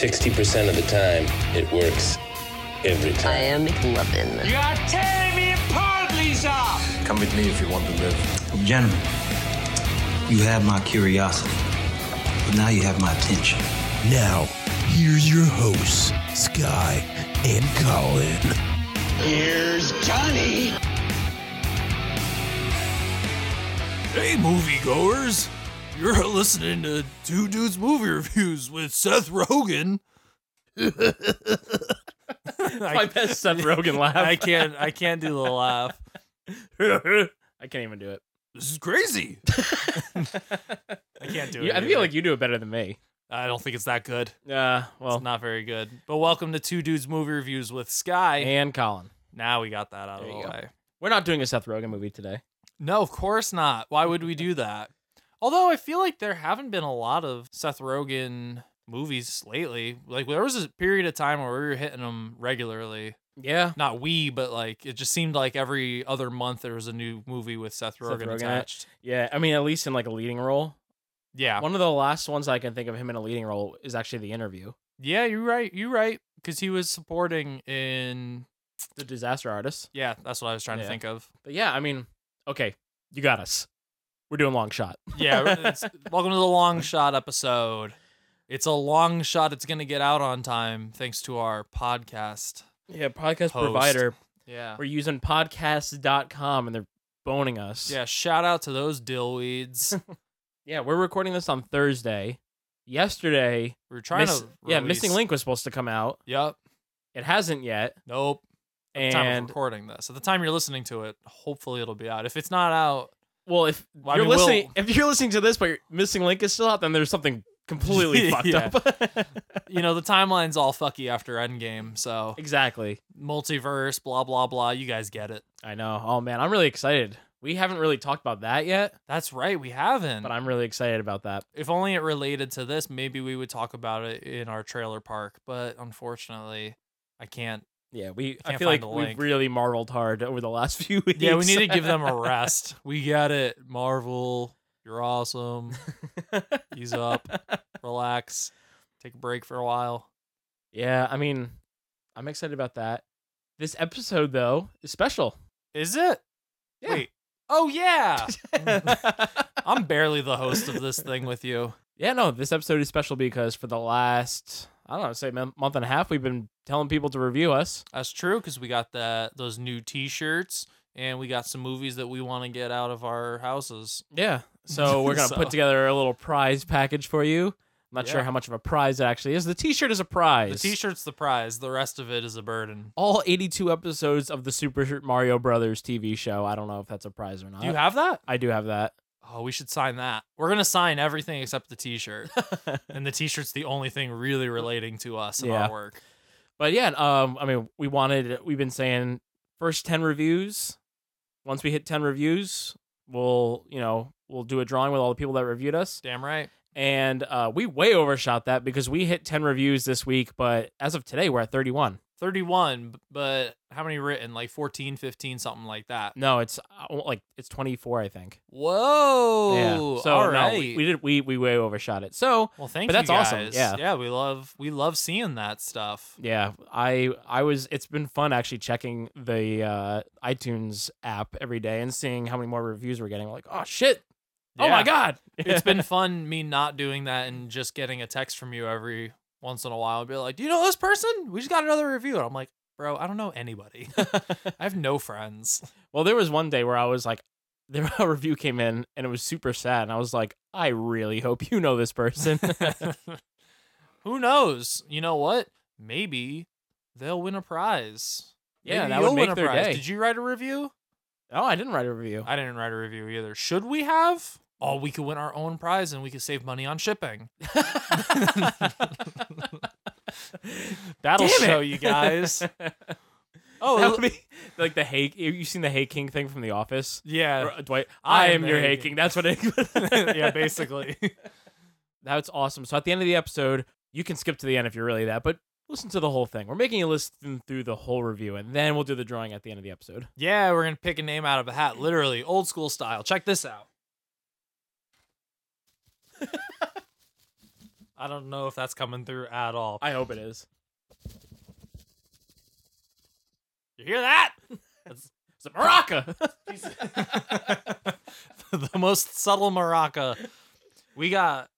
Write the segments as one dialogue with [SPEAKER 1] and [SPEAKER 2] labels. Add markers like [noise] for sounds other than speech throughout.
[SPEAKER 1] 60% of the time, it works every time.
[SPEAKER 2] I am McLovin.
[SPEAKER 3] You are tearing me apart, Lisa!
[SPEAKER 4] Gentlemen, you have my curiosity, but now you have my attention.
[SPEAKER 5] Now, here's your hosts, Sky and Colin.
[SPEAKER 6] Hey, moviegoers! You're listening to Two Dudes Movie Reviews with Seth Rogen.
[SPEAKER 7] My best
[SPEAKER 6] [laughs]
[SPEAKER 7] Seth Rogen laugh.
[SPEAKER 6] I can't. I can't do the laugh.
[SPEAKER 7] I can't even do it.
[SPEAKER 6] This is crazy. I can't do it.
[SPEAKER 7] You- I
[SPEAKER 6] either.
[SPEAKER 7] feel like you do it better than me.
[SPEAKER 6] I don't think it's that good.
[SPEAKER 7] Uh, well,
[SPEAKER 6] It's not very good. But welcome to Two Dudes Movie Reviews with Sky.
[SPEAKER 7] and Colin.
[SPEAKER 6] now we got that out of
[SPEAKER 7] There
[SPEAKER 6] the
[SPEAKER 7] you go.
[SPEAKER 6] way.
[SPEAKER 7] We're not doing a Seth Rogen movie today.
[SPEAKER 6] Oh, No, of course not. Why would we do that? Although I feel like there haven't been a lot of Seth Rogen movies lately. Like there was a period of time where we were hitting them regularly.
[SPEAKER 7] Yeah.
[SPEAKER 6] Not we, but like it just seemed like every other month there was a new movie with Seth Rogen,
[SPEAKER 7] Rogen in it.
[SPEAKER 6] attached.
[SPEAKER 7] Yeah. I mean, at least in like a leading role.
[SPEAKER 6] Yeah.
[SPEAKER 7] One of the last ones I can think of him in a leading role is actually The Interview.
[SPEAKER 6] Yeah, you're right. You're right. Because he was supporting in
[SPEAKER 7] The Disaster Artist.
[SPEAKER 6] yeah, that's what I was trying to
[SPEAKER 7] Yeah.
[SPEAKER 6] think of.
[SPEAKER 7] But yeah, I mean, okay, you got us. We're doing long shot.
[SPEAKER 6] Yeah,
[SPEAKER 7] [laughs]
[SPEAKER 6] it's, welcome to the long shot episode. It's a long shot. It's gonna get out on time thanks to our podcast.
[SPEAKER 7] Yeah, podcast
[SPEAKER 6] Host.
[SPEAKER 7] provider.
[SPEAKER 6] Yeah,
[SPEAKER 7] We're using podcast.com and they're boning us.
[SPEAKER 6] Yeah, shout out to those dillweeds.
[SPEAKER 7] [laughs] Yeah, we're recording this on Thursday. Yesterday,
[SPEAKER 6] We are trying
[SPEAKER 7] Miss-
[SPEAKER 6] to
[SPEAKER 7] yeah,
[SPEAKER 6] release-
[SPEAKER 7] Missing Link was supposed to come out.
[SPEAKER 6] Yep.
[SPEAKER 7] It hasn't yet.
[SPEAKER 6] Nope. At the time of
[SPEAKER 7] And
[SPEAKER 6] recording this. At the time you're listening to it, hopefully it'll be out. If it's not out,
[SPEAKER 7] well, if
[SPEAKER 6] Well, I
[SPEAKER 7] you're
[SPEAKER 6] mean, we'll-
[SPEAKER 7] listening, if you're listening to this, but your Missing Link is still out, then there's something
[SPEAKER 6] [laughs]
[SPEAKER 7] completely fucked
[SPEAKER 6] Yeah.
[SPEAKER 7] [laughs] up.
[SPEAKER 6] you know, the timeline's all fucky after Endgame, so
[SPEAKER 7] exactly.
[SPEAKER 6] multiverse, blah blah blah, you guys get it.
[SPEAKER 7] I know. Oh man, I'm really excited. We haven't really talked about that yet,
[SPEAKER 6] That's right, we haven't.
[SPEAKER 7] but I'm really excited about that.
[SPEAKER 6] if only it related to this, maybe we would talk about it in our trailer park, but unfortunately, I can't.
[SPEAKER 7] Yeah, we. I
[SPEAKER 6] Can't
[SPEAKER 7] feel like
[SPEAKER 6] find the
[SPEAKER 7] we
[SPEAKER 6] link.
[SPEAKER 7] really marveled hard over the last [laughs] few weeks.
[SPEAKER 6] Yeah, we need to give them
[SPEAKER 7] [laughs]
[SPEAKER 6] a rest. we get it. Marvel, you're
[SPEAKER 7] [laughs]
[SPEAKER 6] awesome. Ease up. relax, take a break for a while.
[SPEAKER 7] yeah, I mean, I'm excited about that. This episode though is special.
[SPEAKER 6] Is it?
[SPEAKER 7] Yeah.
[SPEAKER 6] Wait. Oh
[SPEAKER 7] [laughs]
[SPEAKER 6] yeah. [laughs]
[SPEAKER 7] yeah,
[SPEAKER 6] I'm barely the host of this thing with you.
[SPEAKER 7] no, this episode is special because for the last, I don't know, say mon- month and a half, we've been telling people to review us.
[SPEAKER 6] That's true because we got that those new T-shirts and we got some movies that we want to get out of our houses.
[SPEAKER 7] Yeah.
[SPEAKER 6] [laughs]
[SPEAKER 7] So we're going to
[SPEAKER 6] So-
[SPEAKER 7] put together a little prize package for you. I'm not sure
[SPEAKER 6] Yeah.
[SPEAKER 7] how much of a prize it actually is. The t shirt is a prize.
[SPEAKER 6] The T-shirt's the prize. The rest of it is a burden.
[SPEAKER 7] All 82 episodes of the Super Mario Brothers TV show. I don't know if that's a prize or not.
[SPEAKER 6] Do you have that?
[SPEAKER 7] I do have that.
[SPEAKER 6] Oh, we should sign that. We're gonna sign everything except the
[SPEAKER 7] [laughs]
[SPEAKER 6] T-shirt, [laughs] and the T-shirt's the only thing really relating to us and
[SPEAKER 7] Yeah.
[SPEAKER 6] our work.
[SPEAKER 7] But yeah, um, I mean, we wanted, we've been saying first 10 reviews. Once we hit 10 reviews, we'll, you know, we'll do a drawing with all the people that reviewed us.
[SPEAKER 6] Damn right.
[SPEAKER 7] And uh, we way overshot that because we hit 10 reviews this week, but as of today, we're at 31.
[SPEAKER 6] Thirty-one, b- but how many written? Like 14, 15, something like that.
[SPEAKER 7] No, it's uh, like it's 24, I think.
[SPEAKER 6] Whoa.
[SPEAKER 7] yeah. So
[SPEAKER 6] all
[SPEAKER 7] no,
[SPEAKER 6] right.
[SPEAKER 7] we, we did we we way overshot it. So
[SPEAKER 6] Well, thank
[SPEAKER 7] But
[SPEAKER 6] you.
[SPEAKER 7] that's awesome,
[SPEAKER 6] guys.
[SPEAKER 7] yeah.
[SPEAKER 6] yeah, we love we love seeing that stuff.
[SPEAKER 7] yeah, I I was it's been fun actually checking the uh, iTunes app every day and seeing how many more reviews we're getting. like, oh shit, oh
[SPEAKER 6] Yeah.
[SPEAKER 7] my god, [laughs]
[SPEAKER 6] It's been fun me not doing that and just getting a text from you every once in a while. Be like, do you know this person? We just got another review, and I'm like, bro, I don't know anybody. [laughs] I have no friends.
[SPEAKER 7] well, there was one day where I was like, [laughs] there a review came in and it was super sad, and I was like, I really hope you know this
[SPEAKER 6] [laughs]
[SPEAKER 7] person. [laughs]
[SPEAKER 6] Who knows? You know what? Maybe they'll win a prize.
[SPEAKER 7] Yeah,
[SPEAKER 6] Maybe
[SPEAKER 7] that would
[SPEAKER 6] you'll win
[SPEAKER 7] make
[SPEAKER 6] a
[SPEAKER 7] their
[SPEAKER 6] prize.
[SPEAKER 7] day.
[SPEAKER 6] Did you write a review?
[SPEAKER 7] oh, I didn't write a review.
[SPEAKER 6] I didn't write a review either. Should we have? Oh, [laughs] we could win our own prize and we could save money on shipping. That'll
[SPEAKER 7] Damn it.
[SPEAKER 6] show you guys.
[SPEAKER 7] That
[SPEAKER 6] [laughs] Oh,
[SPEAKER 7] would be [laughs] like the Hay. You seen the Hay King thing from The Office?
[SPEAKER 6] yeah.
[SPEAKER 7] Or, Dwight, I, am
[SPEAKER 6] the
[SPEAKER 7] your
[SPEAKER 6] Hay
[SPEAKER 7] Hay
[SPEAKER 6] King.
[SPEAKER 7] King. That's what it.
[SPEAKER 6] [laughs]
[SPEAKER 7] [laughs]
[SPEAKER 6] yeah, basically.
[SPEAKER 7] That's awesome. So at the end of the episode, you can skip to the end if you're really that, but listen to the whole thing. We're making you listen through the whole review, and then we'll do the drawing at the end of the episode.
[SPEAKER 6] Yeah, we're going to pick a name out of a hat, literally, old school style. Check this out. [laughs] I don't know if that's coming through at all.
[SPEAKER 7] I hope it is.
[SPEAKER 6] You hear
[SPEAKER 7] [laughs]
[SPEAKER 6] that? That's
[SPEAKER 7] It's a maraca. [laughs]
[SPEAKER 6] [laughs] the most subtle maraca. We got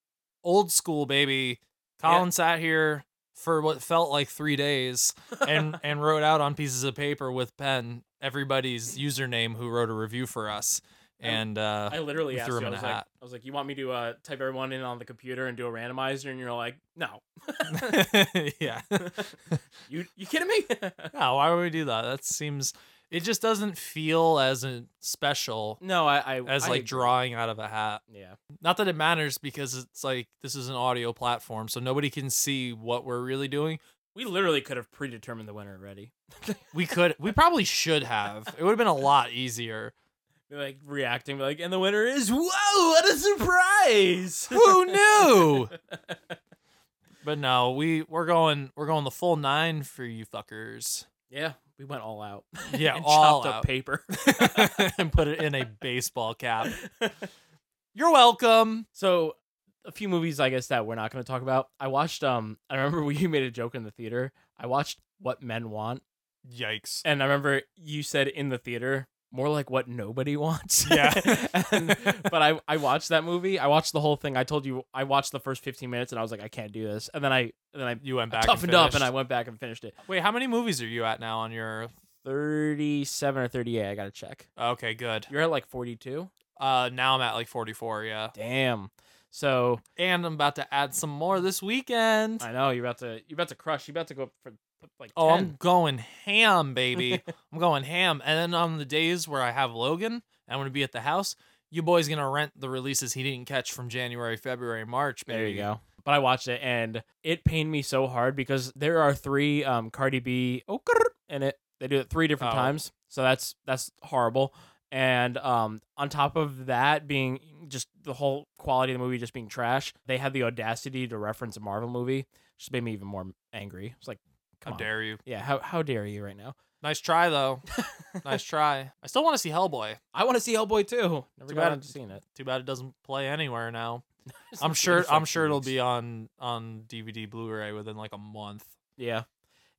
[SPEAKER 6] old school, baby. Colin sat here for what felt like three days
[SPEAKER 7] [laughs]
[SPEAKER 6] and, and wrote out on pieces of paper with pen everybody's username who wrote a review for us. And uh,
[SPEAKER 7] I literally
[SPEAKER 6] We
[SPEAKER 7] asked
[SPEAKER 6] threw
[SPEAKER 7] you.
[SPEAKER 6] him in
[SPEAKER 7] I
[SPEAKER 6] a
[SPEAKER 7] was like,
[SPEAKER 6] hat.
[SPEAKER 7] I was like, you want me to uh, type everyone in on the computer and do a randomizer? And you're like, no. [laughs]
[SPEAKER 6] [laughs] yeah.
[SPEAKER 7] You you kidding me?
[SPEAKER 6] No, why would we do that? That seems it just doesn't feel as uh, special
[SPEAKER 7] no, I, I
[SPEAKER 6] as
[SPEAKER 7] I
[SPEAKER 6] like
[SPEAKER 7] agree.
[SPEAKER 6] drawing out of a hat.
[SPEAKER 7] Yeah,
[SPEAKER 6] Not that it matters because it's like this is an audio platform, so nobody can see what we're really doing.
[SPEAKER 7] we literally could have predetermined the winner already.
[SPEAKER 6] We could we probably should have. It would have been a lot easier.
[SPEAKER 7] Be like reacting, be like, and the winner is whoa! What a surprise!
[SPEAKER 6] Who knew? But no, we we're going we're going the full 9 for you fuckers.
[SPEAKER 7] [laughs]
[SPEAKER 6] [laughs]
[SPEAKER 7] yeah, we went all out.
[SPEAKER 6] Yeah,
[SPEAKER 7] and
[SPEAKER 6] all
[SPEAKER 7] chopped
[SPEAKER 6] out. [laughs]
[SPEAKER 7] up paper. [laughs]
[SPEAKER 6] and put it in a baseball cap. You're welcome.
[SPEAKER 7] So a few movies I guess that we're not gonna talk about. I watched um I remember [laughs] we made a joke in the theater. I watched What Men Want.
[SPEAKER 6] Yikes.
[SPEAKER 7] And I remember you said in the theater, more like what nobody [laughs] wants.
[SPEAKER 6] Yeah.
[SPEAKER 7] and, but I, I watched that movie. I watched the whole thing. I told you I watched the first fifteen minutes and I was like, I can't do this. And then I and then I
[SPEAKER 6] You went back
[SPEAKER 7] toughened
[SPEAKER 6] and
[SPEAKER 7] up and I
[SPEAKER 6] finished.
[SPEAKER 7] went back and finished it.
[SPEAKER 6] Wait, how many movies are you at now on your
[SPEAKER 7] Thirty seven or thirty eight, I gotta check.
[SPEAKER 6] Okay, good.
[SPEAKER 7] You're at like forty two?
[SPEAKER 6] Uh now I'm at like 44, yeah.
[SPEAKER 7] Damn. So
[SPEAKER 6] And I'm about to add some more this weekend.
[SPEAKER 7] I know you're about to you're about to crush. You're about to go up for like
[SPEAKER 6] Oh,
[SPEAKER 7] 10.
[SPEAKER 6] I'm going ham,
[SPEAKER 7] [laughs]
[SPEAKER 6] baby. I'm going ham. And then on the days where I have Logan, I'm going to be at the house. You boy's going to rent the releases he didn't catch from January, February, March, baby.
[SPEAKER 7] There you go. But I watched it and it pained me so hard because there are three um Cardi B oh, grrr, in it. They do it three different
[SPEAKER 6] Oh.
[SPEAKER 7] times. So that's that's horrible. And um on top of that being just the whole quality of the movie just being trash, they had the audacity to reference a Marvel movie. Just made me even more angry. It's like
[SPEAKER 6] How
[SPEAKER 7] come on.
[SPEAKER 6] dare you?
[SPEAKER 7] Yeah, how how dare you right now?
[SPEAKER 6] Nice try, though. nice try. I still want to see Hellboy.
[SPEAKER 7] [laughs] I want to see Hellboy too. Never
[SPEAKER 6] Too
[SPEAKER 7] got
[SPEAKER 6] bad-
[SPEAKER 7] around to
[SPEAKER 6] [laughs]
[SPEAKER 7] seeing it.
[SPEAKER 6] Too bad it doesn't play anywhere now. I'm sure. I'm sure it'll be on on DVD, Blu-ray within like a month.
[SPEAKER 7] Yeah.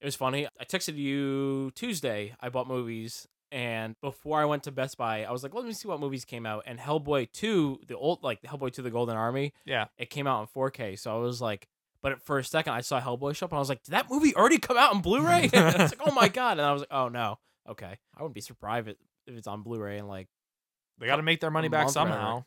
[SPEAKER 7] It was funny. I texted you Tuesday. I bought movies. And before I went to Best Buy, I was like, let me see what movies came out. And Hellboy 2, the old, like Hellboy 2, the Golden Army,
[SPEAKER 6] Yeah.
[SPEAKER 7] it came out in 4K. So I was like, but for a second, I saw Hellboy show up and I was like, did that movie already come out in Blu ray? [laughs] it's like, oh my God. And I was like, oh no. Okay. I wouldn't be surprised if if it's on Blu ray and like, [laughs]
[SPEAKER 6] They got to make their money back
[SPEAKER 7] month, right?
[SPEAKER 6] somehow.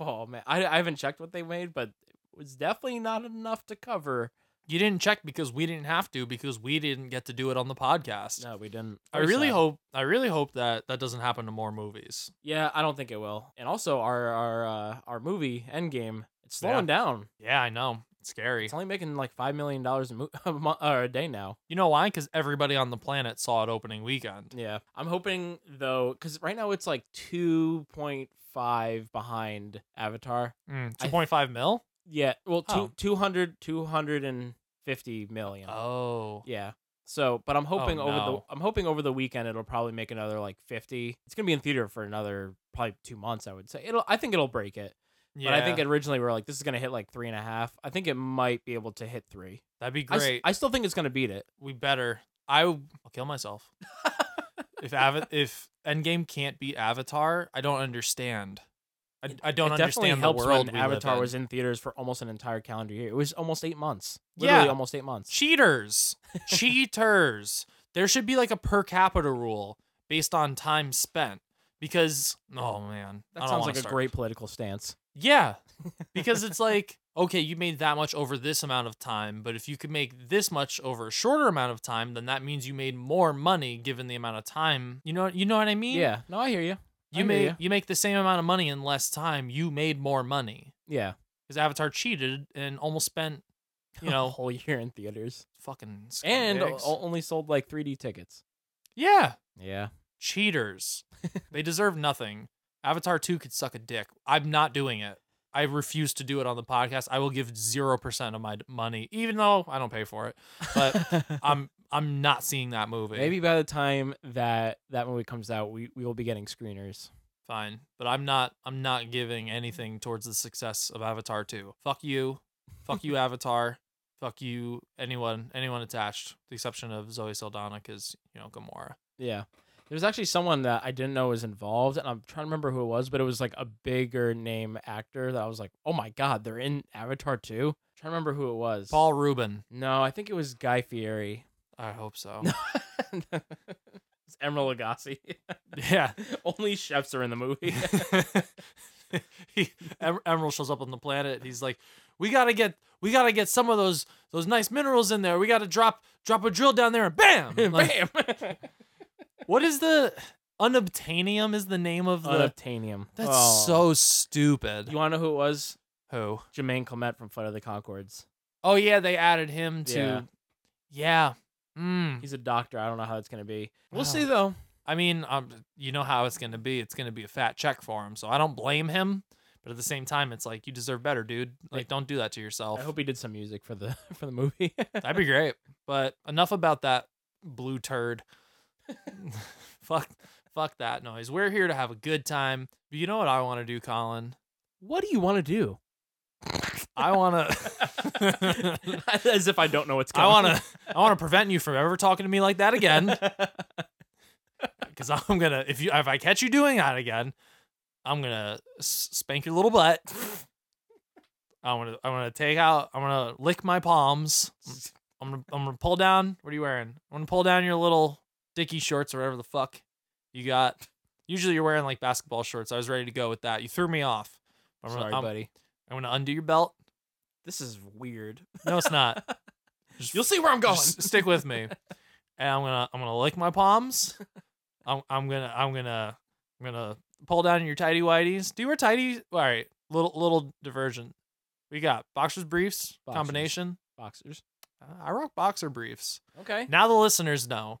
[SPEAKER 7] oh man, I, I haven't checked what they made, but it was definitely not enough to cover.
[SPEAKER 6] You didn't check because we didn't have to because we didn't get to do it on the podcast.
[SPEAKER 7] No, we didn't.
[SPEAKER 6] I
[SPEAKER 7] Very
[SPEAKER 6] really
[SPEAKER 7] sad.
[SPEAKER 6] hope. I really hope that that doesn't happen to more movies.
[SPEAKER 7] Yeah, I don't think it will. And also our our uh, our movie Endgame, it's slowing down.
[SPEAKER 6] Yeah, I know. It's scary.
[SPEAKER 7] It's only making like five million dollars a, mo- [laughs] a, mo- or a day now.
[SPEAKER 6] You know why? Because everybody on the planet saw it opening weekend.
[SPEAKER 7] Yeah, I'm hoping though, because right now it's like two point five behind Avatar.
[SPEAKER 6] Mm,
[SPEAKER 7] I-
[SPEAKER 6] 2.5 mil.
[SPEAKER 7] Yeah, well, two,
[SPEAKER 6] Oh.
[SPEAKER 7] 200, 250 million.
[SPEAKER 6] Oh,
[SPEAKER 7] Yeah. So, but I'm hoping over
[SPEAKER 6] no.
[SPEAKER 7] the I'm hoping over the weekend it'll probably make another like 50. It's gonna be in theater for another probably two months. I would say it'll. I think it'll break it.
[SPEAKER 6] yeah.
[SPEAKER 7] But I think originally we were like, this is gonna hit like three and a half. I think it might be able to hit three.
[SPEAKER 6] that'd be
[SPEAKER 7] I s-
[SPEAKER 6] great.
[SPEAKER 7] I, still think it's gonna beat it.
[SPEAKER 6] we better. I will kill myself.
[SPEAKER 7] [laughs]
[SPEAKER 6] if Ava- if Endgame can't beat Avatar, I don't understand. I, I don't
[SPEAKER 7] it definitely
[SPEAKER 6] understand the
[SPEAKER 7] helps
[SPEAKER 6] world
[SPEAKER 7] when
[SPEAKER 6] we live
[SPEAKER 7] Avatar
[SPEAKER 6] in.
[SPEAKER 7] was in theaters for almost an entire calendar year. It was almost eight months. Literally
[SPEAKER 6] Yeah.
[SPEAKER 7] almost eight months. [laughs]
[SPEAKER 6] cheaters cheaters there should be like a per capita rule based on time spent because oh man I
[SPEAKER 7] That
[SPEAKER 6] don't
[SPEAKER 7] sounds
[SPEAKER 6] wanna
[SPEAKER 7] like a
[SPEAKER 6] start.
[SPEAKER 7] great political stance. [laughs]
[SPEAKER 6] yeah because it's like okay you made that much over this amount of time but if you could make this much over a shorter amount of time then that means you made more money given the amount of time you know you know what i mean
[SPEAKER 7] Yeah. No, I hear you.
[SPEAKER 6] you
[SPEAKER 7] I hear
[SPEAKER 6] made
[SPEAKER 7] ya.
[SPEAKER 6] you make the same amount of money in less time you made more money
[SPEAKER 7] Yeah.
[SPEAKER 6] because avatar cheated and almost spent
[SPEAKER 7] [laughs]
[SPEAKER 6] you know,
[SPEAKER 7] whole year in theaters,
[SPEAKER 6] fucking scumbags.
[SPEAKER 7] and o- only sold like 3D tickets.
[SPEAKER 6] yeah,
[SPEAKER 7] Yeah,
[SPEAKER 6] cheaters. they deserve nothing. Avatar 2 could suck a dick. I'm not doing it. I refuse to do it on the podcast. I will give 0% of my d- money even though I don't pay for it.
[SPEAKER 7] [laughs]
[SPEAKER 6] But I'm I'm not seeing that movie.
[SPEAKER 7] maybe by the time that that movie comes out, we we will be getting screeners.
[SPEAKER 6] fine, but I'm not I'm not giving anything towards the success of Avatar 2. Fuck you. Fuck you Avatar. Fuck you anyone anyone attached, with the exception of Zoe Saldana cuz you know Gamora.
[SPEAKER 7] Yeah. There's actually someone that I didn't know was involved, and I'm trying to remember who it was, but it was like a bigger name actor that I was like, oh my god, they're in Avatar 2? Trying to remember who it was.
[SPEAKER 6] Paul Rubin.
[SPEAKER 7] No, I think it was Guy Fieri.
[SPEAKER 6] I hope so.
[SPEAKER 7] [laughs] it's Emerald [laughs] Lagasse.
[SPEAKER 6] yeah.
[SPEAKER 7] Only chefs are in the [laughs] movie.
[SPEAKER 6] he, [laughs] Em- Emerald shows up on the planet. He's like, "We gotta get, we gotta get some of those those nice minerals in there. We gotta drop drop a drill down there, and
[SPEAKER 7] [laughs]
[SPEAKER 6] bam, Like,
[SPEAKER 7] Bam! [laughs]
[SPEAKER 6] What is the unobtainium? Is the name of the?
[SPEAKER 7] Unobtainium.
[SPEAKER 6] that's
[SPEAKER 7] Oh.
[SPEAKER 6] so stupid.
[SPEAKER 7] You want to know who it was?
[SPEAKER 6] Who?
[SPEAKER 7] Jermaine Clement from Flight of the Concords.
[SPEAKER 6] Oh yeah, they added him to. Yeah. Mm.
[SPEAKER 7] He's a doctor. I don't know how it's going to be. We'll
[SPEAKER 6] Wow.
[SPEAKER 7] see, though.
[SPEAKER 6] I mean, um, you know how it's gonna be. It's gonna be a fat check for him. So I don't blame him. But at the same time, it's like you deserve better, dude. Like, don't do that to yourself.
[SPEAKER 7] I hope he did some music for the [laughs] for the movie.
[SPEAKER 6] That'd be great. But enough about that blue turd. [laughs] fuck fuck that noise. We're here to have a good time. But you know what I want to do, Colin?
[SPEAKER 7] what do you want to do?
[SPEAKER 6] I want to
[SPEAKER 7] [laughs] As if I don't know what's
[SPEAKER 6] [laughs] I
[SPEAKER 7] coming.
[SPEAKER 6] want
[SPEAKER 7] [laughs]
[SPEAKER 6] to I want to prevent you from ever talking to me like that again cuz [laughs] I'm going to if you if I catch you doing that again, I'm going to spank your little butt. [laughs] I want to I want to take out I'm going to lick my palms. I'm gonna I'm gonna pull down. What are you wearing? I'm gonna pull down your little dicky shorts or whatever the fuck you got. Usually you're wearing like basketball shorts. I was ready to go with that. You threw me off. I'm
[SPEAKER 7] Sorry,
[SPEAKER 6] gonna, I'm,
[SPEAKER 7] buddy.
[SPEAKER 6] I'm gonna undo your belt.
[SPEAKER 7] This is weird.
[SPEAKER 6] No, it's
[SPEAKER 7] [laughs]
[SPEAKER 6] not. Just-
[SPEAKER 7] You'll see where [laughs] I'm going.
[SPEAKER 6] just stick with me.
[SPEAKER 7] [laughs]
[SPEAKER 6] And I'm gonna I'm gonna lick my palms. I'm I'm gonna I'm gonna I'm gonna pull down your tidy whities. Do you wear tidy? All right, little little divergent. We got boxers briefs
[SPEAKER 7] Boxers.
[SPEAKER 6] combination.
[SPEAKER 7] Boxers.
[SPEAKER 6] Uh, I rock boxer briefs.
[SPEAKER 7] Okay.
[SPEAKER 6] Now the listeners know.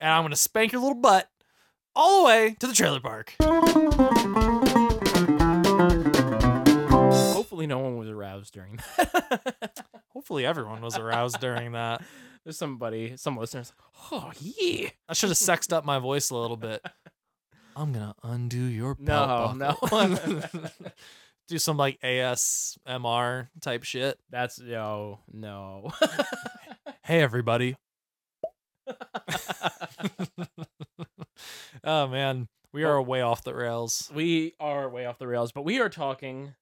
[SPEAKER 6] And I'm going to spank your little butt all the way to the trailer park.
[SPEAKER 7] Hopefully, no one was aroused during [laughs] that.
[SPEAKER 6] Hopefully, everyone was aroused during that.
[SPEAKER 7] There's somebody, some listeners, like, oh yeah.
[SPEAKER 6] I should have sexed up my voice a little
[SPEAKER 7] [laughs]
[SPEAKER 6] bit. I'm going to undo your
[SPEAKER 7] No,
[SPEAKER 6] belt [laughs]
[SPEAKER 7] no. [laughs]
[SPEAKER 6] buckle. Do some like ASMR type shit.
[SPEAKER 7] That's no, [laughs] no.
[SPEAKER 6] Hey, everybody. oh, man. We are way off the rails.
[SPEAKER 7] we are way off the rails, but we are talking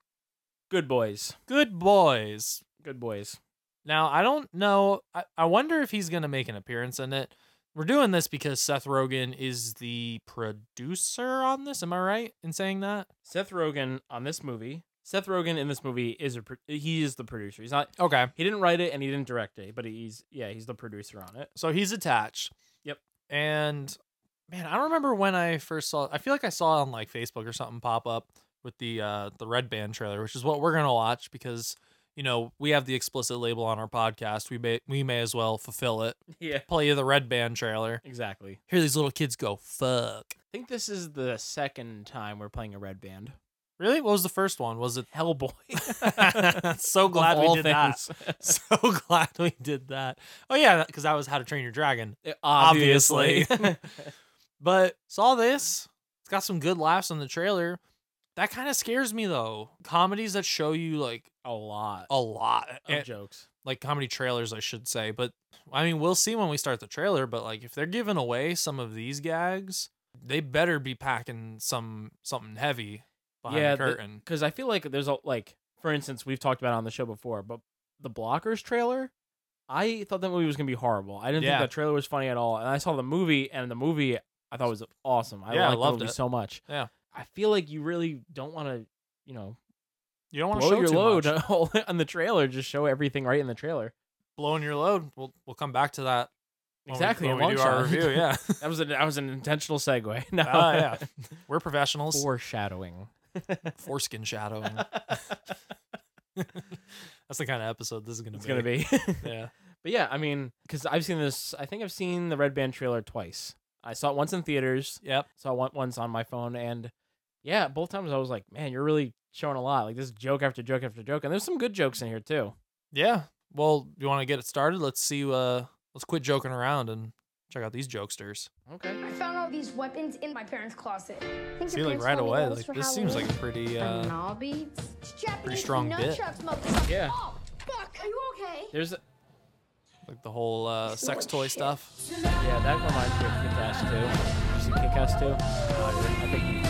[SPEAKER 7] good boys.
[SPEAKER 6] Good boys.
[SPEAKER 7] Good boys.
[SPEAKER 6] Now, I don't know. I, I wonder if he's going to make an appearance in it. We're doing this because Seth Rogen is the producer on this. Am I right in saying that?
[SPEAKER 7] Seth Rogen on this movie. Seth Rogen in this movie is a pro- he is the producer. He's not.
[SPEAKER 6] Okay.
[SPEAKER 7] He didn't write it and he didn't direct it, but he's yeah he's the producer on it.
[SPEAKER 6] So he's attached.
[SPEAKER 7] Yep.
[SPEAKER 6] And man, I don't remember when I first saw I feel like I saw it on like Facebook or something pop up with the uh the Red Band trailer, which is what we're going to watch because you know, we have the explicit label on our podcast. We may we may as well fulfill it.
[SPEAKER 7] [laughs] Yeah.
[SPEAKER 6] Play the Red Band trailer.
[SPEAKER 7] Exactly.
[SPEAKER 6] Hear these little kids go, "Fuck."
[SPEAKER 7] I think this is the second time we're playing a red band. [laughs]
[SPEAKER 6] Really? What was the first one? Was it
[SPEAKER 7] Hellboy.
[SPEAKER 6] so glad we
[SPEAKER 7] all
[SPEAKER 6] did that.
[SPEAKER 7] [laughs] things.
[SPEAKER 6] [laughs] So glad we did that. Oh yeah, because that was How to Train Your Dragon,
[SPEAKER 7] Obviously. [laughs]
[SPEAKER 6] but saw this. It's got some good laughs in the trailer. That kind of scares me though. Comedies that show you like
[SPEAKER 7] a lot
[SPEAKER 6] a lot,
[SPEAKER 7] of
[SPEAKER 6] eh,
[SPEAKER 7] jokes.
[SPEAKER 6] like comedy trailers, I should say. But I mean, we'll see when we start the trailer. But like, if they're giving away some of these gags, they better be packing some something heavy behind the curtain.
[SPEAKER 7] Because I feel like there's a like, for instance, we've talked about it on the show before, but the Blockers trailer, I thought that movie was gonna be horrible. I didn't
[SPEAKER 6] Yeah.
[SPEAKER 7] think that trailer was funny at all, and I saw the movie, and the movie I thought was awesome. I
[SPEAKER 6] Yeah, I
[SPEAKER 7] liked
[SPEAKER 6] loved
[SPEAKER 7] the movie
[SPEAKER 6] it.
[SPEAKER 7] so much.
[SPEAKER 6] Yeah.
[SPEAKER 7] I feel like you really don't want to, you know,
[SPEAKER 6] you don't want to
[SPEAKER 7] blow
[SPEAKER 6] show
[SPEAKER 7] your
[SPEAKER 6] too
[SPEAKER 7] load
[SPEAKER 6] much.
[SPEAKER 7] [laughs] on the trailer. Just show everything right in the trailer.
[SPEAKER 6] blowing your load. We'll we'll come back to that when we-
[SPEAKER 7] Exactly,
[SPEAKER 6] when
[SPEAKER 7] in
[SPEAKER 6] we, do
[SPEAKER 7] long
[SPEAKER 6] our
[SPEAKER 7] shot. [laughs]
[SPEAKER 6] review. Yeah,
[SPEAKER 7] That was a, that was an intentional segue. [laughs] No,
[SPEAKER 6] Ah, yeah, we're professionals.
[SPEAKER 7] foreshadowing.
[SPEAKER 6] Foreskin shadowing. [laughs] That's the kind of episode this is gonna
[SPEAKER 7] It's
[SPEAKER 6] be.
[SPEAKER 7] gonna be.
[SPEAKER 6] Yeah.
[SPEAKER 7] [laughs] But yeah, I mean, because I've seen this. I think I've seen the Red Band trailer twice. I saw it once in theaters.
[SPEAKER 6] Yep.
[SPEAKER 7] Saw it on- once on my phone, and yeah, both times I was like, "Man, you're really showing a lot." Like this joke after joke after joke, and there's some good jokes in here too.
[SPEAKER 6] Yeah. Well, you want to get it started? Let's see. Uh, let's quit joking around and check out these jokesters.
[SPEAKER 7] Okay.
[SPEAKER 2] I found all these weapons in my parents' closet. Think
[SPEAKER 6] See, like right away, like this seems like a pretty.
[SPEAKER 2] From
[SPEAKER 6] Uh,
[SPEAKER 2] Pretty
[SPEAKER 6] strong bit.
[SPEAKER 7] Yeah.
[SPEAKER 2] Oh, fuck! Are you okay?
[SPEAKER 7] There's
[SPEAKER 6] like the whole uh, sex toy stuff.
[SPEAKER 7] yeah, that reminds me of Kick Ass too. Did you see Kick Ass too? Uh, I think you-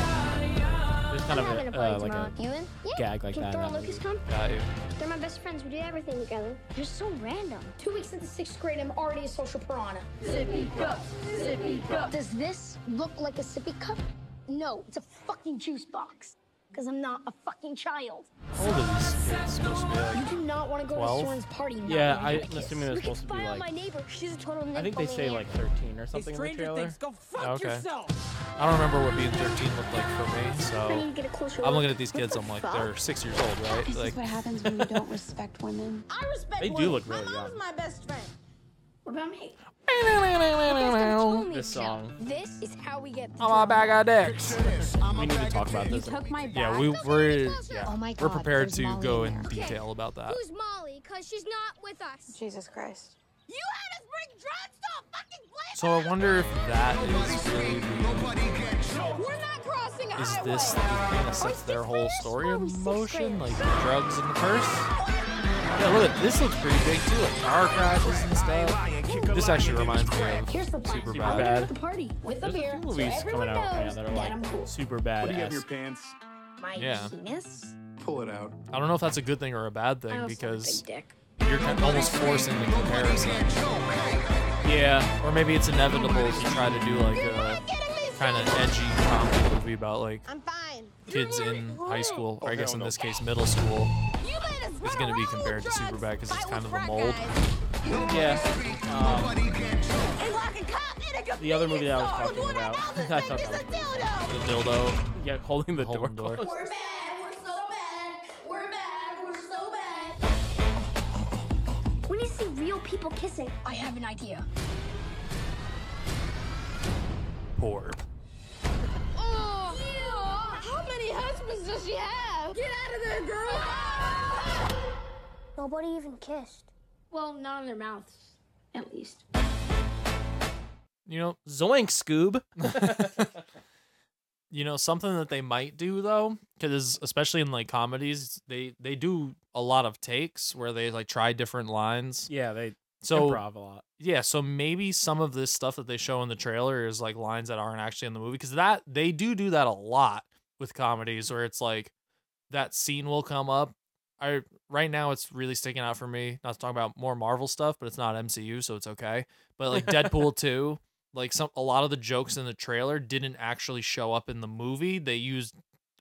[SPEAKER 7] there's kind of
[SPEAKER 2] having
[SPEAKER 7] a,
[SPEAKER 2] a party
[SPEAKER 7] uh, like
[SPEAKER 2] tomorrow.
[SPEAKER 7] a
[SPEAKER 2] You in? Yeah.
[SPEAKER 7] gag like
[SPEAKER 2] Can
[SPEAKER 7] that in
[SPEAKER 2] Thor
[SPEAKER 7] that
[SPEAKER 2] and Lucas come?
[SPEAKER 6] Got you.
[SPEAKER 2] They're my best friends. We do everything together. You're so random. Two weeks into sixth grade, I'm already a social piranha. Sippy cup, sippy cup. Does this look like a sippy cup? No, it's a fucking juice box. Because I'm not a fucking child.
[SPEAKER 6] How old are these kids supposed to be? Like,
[SPEAKER 2] You do not want to go
[SPEAKER 6] Twelve?
[SPEAKER 2] to Soren's party. not
[SPEAKER 7] Yeah,
[SPEAKER 2] when
[SPEAKER 7] I-
[SPEAKER 2] you're
[SPEAKER 7] I'm
[SPEAKER 2] a kid.
[SPEAKER 7] assuming it's
[SPEAKER 2] Look at
[SPEAKER 7] supposed to be
[SPEAKER 2] Spy on
[SPEAKER 7] like-
[SPEAKER 2] My neighbor. She's a total
[SPEAKER 7] I think they say like 13 or something in the trailer.
[SPEAKER 3] Go fuck
[SPEAKER 6] Okay. I don't remember what being 13 looked like for me,
[SPEAKER 2] I need
[SPEAKER 6] so
[SPEAKER 2] to get a closer
[SPEAKER 6] oh, I'm
[SPEAKER 2] look.
[SPEAKER 6] looking at these kids. I'm like, they're six years old, right? Like,
[SPEAKER 8] happens when you don't respect women.
[SPEAKER 2] I respect
[SPEAKER 7] They do
[SPEAKER 2] women.
[SPEAKER 7] look really young.
[SPEAKER 8] My best friend.
[SPEAKER 2] What about me? This
[SPEAKER 7] This song.
[SPEAKER 2] This is how we get.
[SPEAKER 6] [laughs] I'm a bag of dicks.
[SPEAKER 7] We need to talk about this.
[SPEAKER 8] Took my bag.
[SPEAKER 6] Yeah, we we're yeah,
[SPEAKER 8] Oh my God,
[SPEAKER 6] we're prepared
[SPEAKER 8] there's
[SPEAKER 6] to
[SPEAKER 8] Molly
[SPEAKER 6] go
[SPEAKER 8] in
[SPEAKER 6] in
[SPEAKER 8] there.
[SPEAKER 6] detail about that.
[SPEAKER 2] Who's Molly? Cause she's not with us.
[SPEAKER 8] Jesus Christ.
[SPEAKER 2] You had us bring drugs to a fucking place.
[SPEAKER 6] So I wonder if that is really
[SPEAKER 2] We're not crossing a
[SPEAKER 6] is
[SPEAKER 2] highway.
[SPEAKER 6] this the
[SPEAKER 8] Oh,
[SPEAKER 6] thing that sets their whole story in motion? Like the drugs in the purse? Yeah, look at this looks pretty big too, like car crashes and stuff. This actually reminds me of
[SPEAKER 2] Here's the plan.
[SPEAKER 6] Superbad.
[SPEAKER 2] I'm gonna have the party with a
[SPEAKER 7] There's
[SPEAKER 2] beer,
[SPEAKER 7] a few movies
[SPEAKER 2] so everyone
[SPEAKER 7] coming out right now
[SPEAKER 2] knows
[SPEAKER 7] that are
[SPEAKER 2] I'm
[SPEAKER 7] like
[SPEAKER 2] cool.
[SPEAKER 7] super badass.
[SPEAKER 9] pants?
[SPEAKER 2] My
[SPEAKER 6] Yeah.
[SPEAKER 2] penis.
[SPEAKER 10] Pull it out.
[SPEAKER 6] I don't know if that's a good thing or a bad
[SPEAKER 2] I
[SPEAKER 6] thing
[SPEAKER 2] also have Oh, a
[SPEAKER 6] because
[SPEAKER 2] big dick.
[SPEAKER 6] you're kind of almost forcing the comparison.
[SPEAKER 7] Yeah.
[SPEAKER 6] Or maybe it's inevitable if you try to do like
[SPEAKER 2] [laughs]
[SPEAKER 6] a kind of edgy comedy movie about like
[SPEAKER 8] I'm fine.
[SPEAKER 6] kids in high school, or I guess in this case middle school.
[SPEAKER 8] It's
[SPEAKER 6] gonna be compared to Superbad 'cause it's kind of the mold.
[SPEAKER 7] Yeah. Um, the other movie that I was talking [laughs] about, I thought that was
[SPEAKER 6] The dildo
[SPEAKER 7] yeah, holding the
[SPEAKER 6] holding door.
[SPEAKER 7] door. closed.
[SPEAKER 8] We're bad. We're so bad. We're bad. We're so bad.
[SPEAKER 2] When you see real people kissing, I have an idea.
[SPEAKER 6] Porb.
[SPEAKER 8] Oh. How many husbands does she have? Get out of there, girl.
[SPEAKER 2] Nobody even kissed. Well, not on their mouths, at least.
[SPEAKER 6] You know,
[SPEAKER 7] Zoink, Scoob.
[SPEAKER 6] you know something that they might do though because especially in like comedies they they do a lot of takes where they like try different lines
[SPEAKER 7] Yeah, they
[SPEAKER 6] so
[SPEAKER 7] improv a lot.
[SPEAKER 6] yeah so maybe some of this stuff that they show in the trailer is like lines that aren't actually in the movie because that they do do that a lot with comedies where it's like that scene will come up i right now it's really sticking out for me not to talk about more marvel stuff but it's not mcu so it's okay but like deadpool 2 like some a lot of the jokes in the trailer didn't actually show up in the movie they used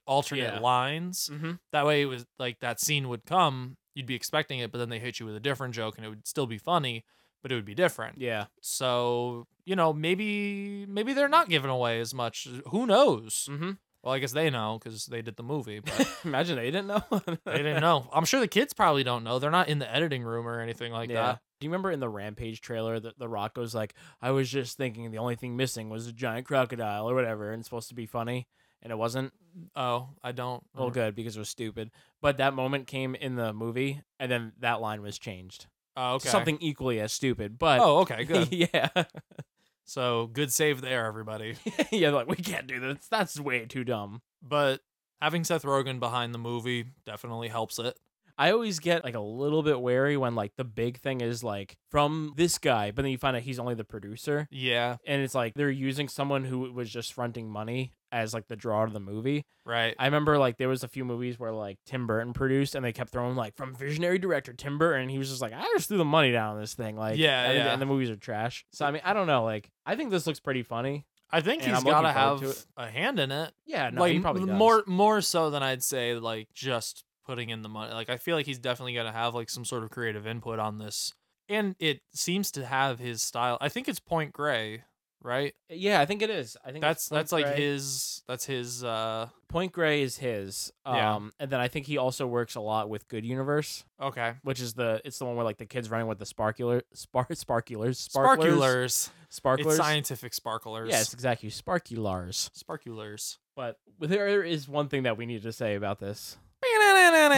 [SPEAKER 6] alternate
[SPEAKER 7] Yeah.
[SPEAKER 6] lines
[SPEAKER 7] Mm-hmm.
[SPEAKER 6] that way it was like that scene would come you'd be expecting it but then they hit you with a different joke and it would still be funny but it would be different
[SPEAKER 7] Yeah. [laughs]
[SPEAKER 6] so you know maybe maybe they're not giving away as much uh, who knows
[SPEAKER 7] Mm-hmm.
[SPEAKER 6] well i guess they know because they did the movie but
[SPEAKER 7] Imagine they didn't know.
[SPEAKER 6] they
[SPEAKER 7] [laughs]
[SPEAKER 6] didn't know i'm sure the kids probably don't know they're not in the editing room or anything like that
[SPEAKER 7] Do you remember in the Rampage trailer that the Rock goes like, "I was just thinking the only thing missing was a giant crocodile or whatever," and it's supposed to be funny, and it wasn't.
[SPEAKER 6] oh i don't
[SPEAKER 7] Well, good because it was stupid. But that moment came in the movie, and then that line was changed.
[SPEAKER 6] oh
[SPEAKER 7] to
[SPEAKER 6] okay
[SPEAKER 7] Something [laughs] equally as stupid, but [laughs]
[SPEAKER 6] oh okay good
[SPEAKER 7] yeah, [laughs]
[SPEAKER 6] so good save there everybody
[SPEAKER 7] yeah. Like we can't do this. That's way too dumb.
[SPEAKER 6] but having seth rogen behind the movie definitely helps it
[SPEAKER 7] I always get like a little bit wary when like the big thing is like from this guy, but then you find out he's only the producer.
[SPEAKER 6] yeah
[SPEAKER 7] and it's like they're using someone who was just fronting money as like the draw to the movie.
[SPEAKER 6] right
[SPEAKER 7] I remember like there was a few movies where like Tim Burton produced and they kept throwing like from visionary director Tim Burton and he was just like I just threw the money down on this thing like
[SPEAKER 6] Yeah,
[SPEAKER 7] and,
[SPEAKER 6] yeah.
[SPEAKER 7] and the movies are trash. So I mean I don't know like I think this looks pretty funny.
[SPEAKER 6] i think
[SPEAKER 7] And
[SPEAKER 6] he's
[SPEAKER 7] I'm
[SPEAKER 6] got
[SPEAKER 7] looking
[SPEAKER 6] to
[SPEAKER 7] forward
[SPEAKER 6] have
[SPEAKER 7] to it.
[SPEAKER 6] a hand in it
[SPEAKER 7] Yeah, no,
[SPEAKER 6] like
[SPEAKER 7] he probably
[SPEAKER 6] m-
[SPEAKER 7] does.
[SPEAKER 6] more more so than I'd say like just putting in the money. Like I feel like he's definitely gonna have like some sort of creative input on this, and it seems to have his style. I think it's Point Grey, right?
[SPEAKER 7] Yeah, I think it is. I think
[SPEAKER 6] that's
[SPEAKER 7] it's Point
[SPEAKER 6] that's like
[SPEAKER 7] Grey.
[SPEAKER 6] his. That's his. uh
[SPEAKER 7] Point Grey is his. Um
[SPEAKER 6] Yeah.
[SPEAKER 7] and then I think he also works a lot with Good Universe.
[SPEAKER 6] Okay.
[SPEAKER 7] Which is the it's the one where like the kids running with the sparkular spar [laughs] sparkulars. Sparklers.
[SPEAKER 6] Sparkulars.
[SPEAKER 7] Sparklers.
[SPEAKER 6] It's scientific sparklers.
[SPEAKER 7] Yes, exactly. Sparkulars.
[SPEAKER 6] Sparkulars.
[SPEAKER 7] [laughs] But there is one thing that we need to say about [laughs] this.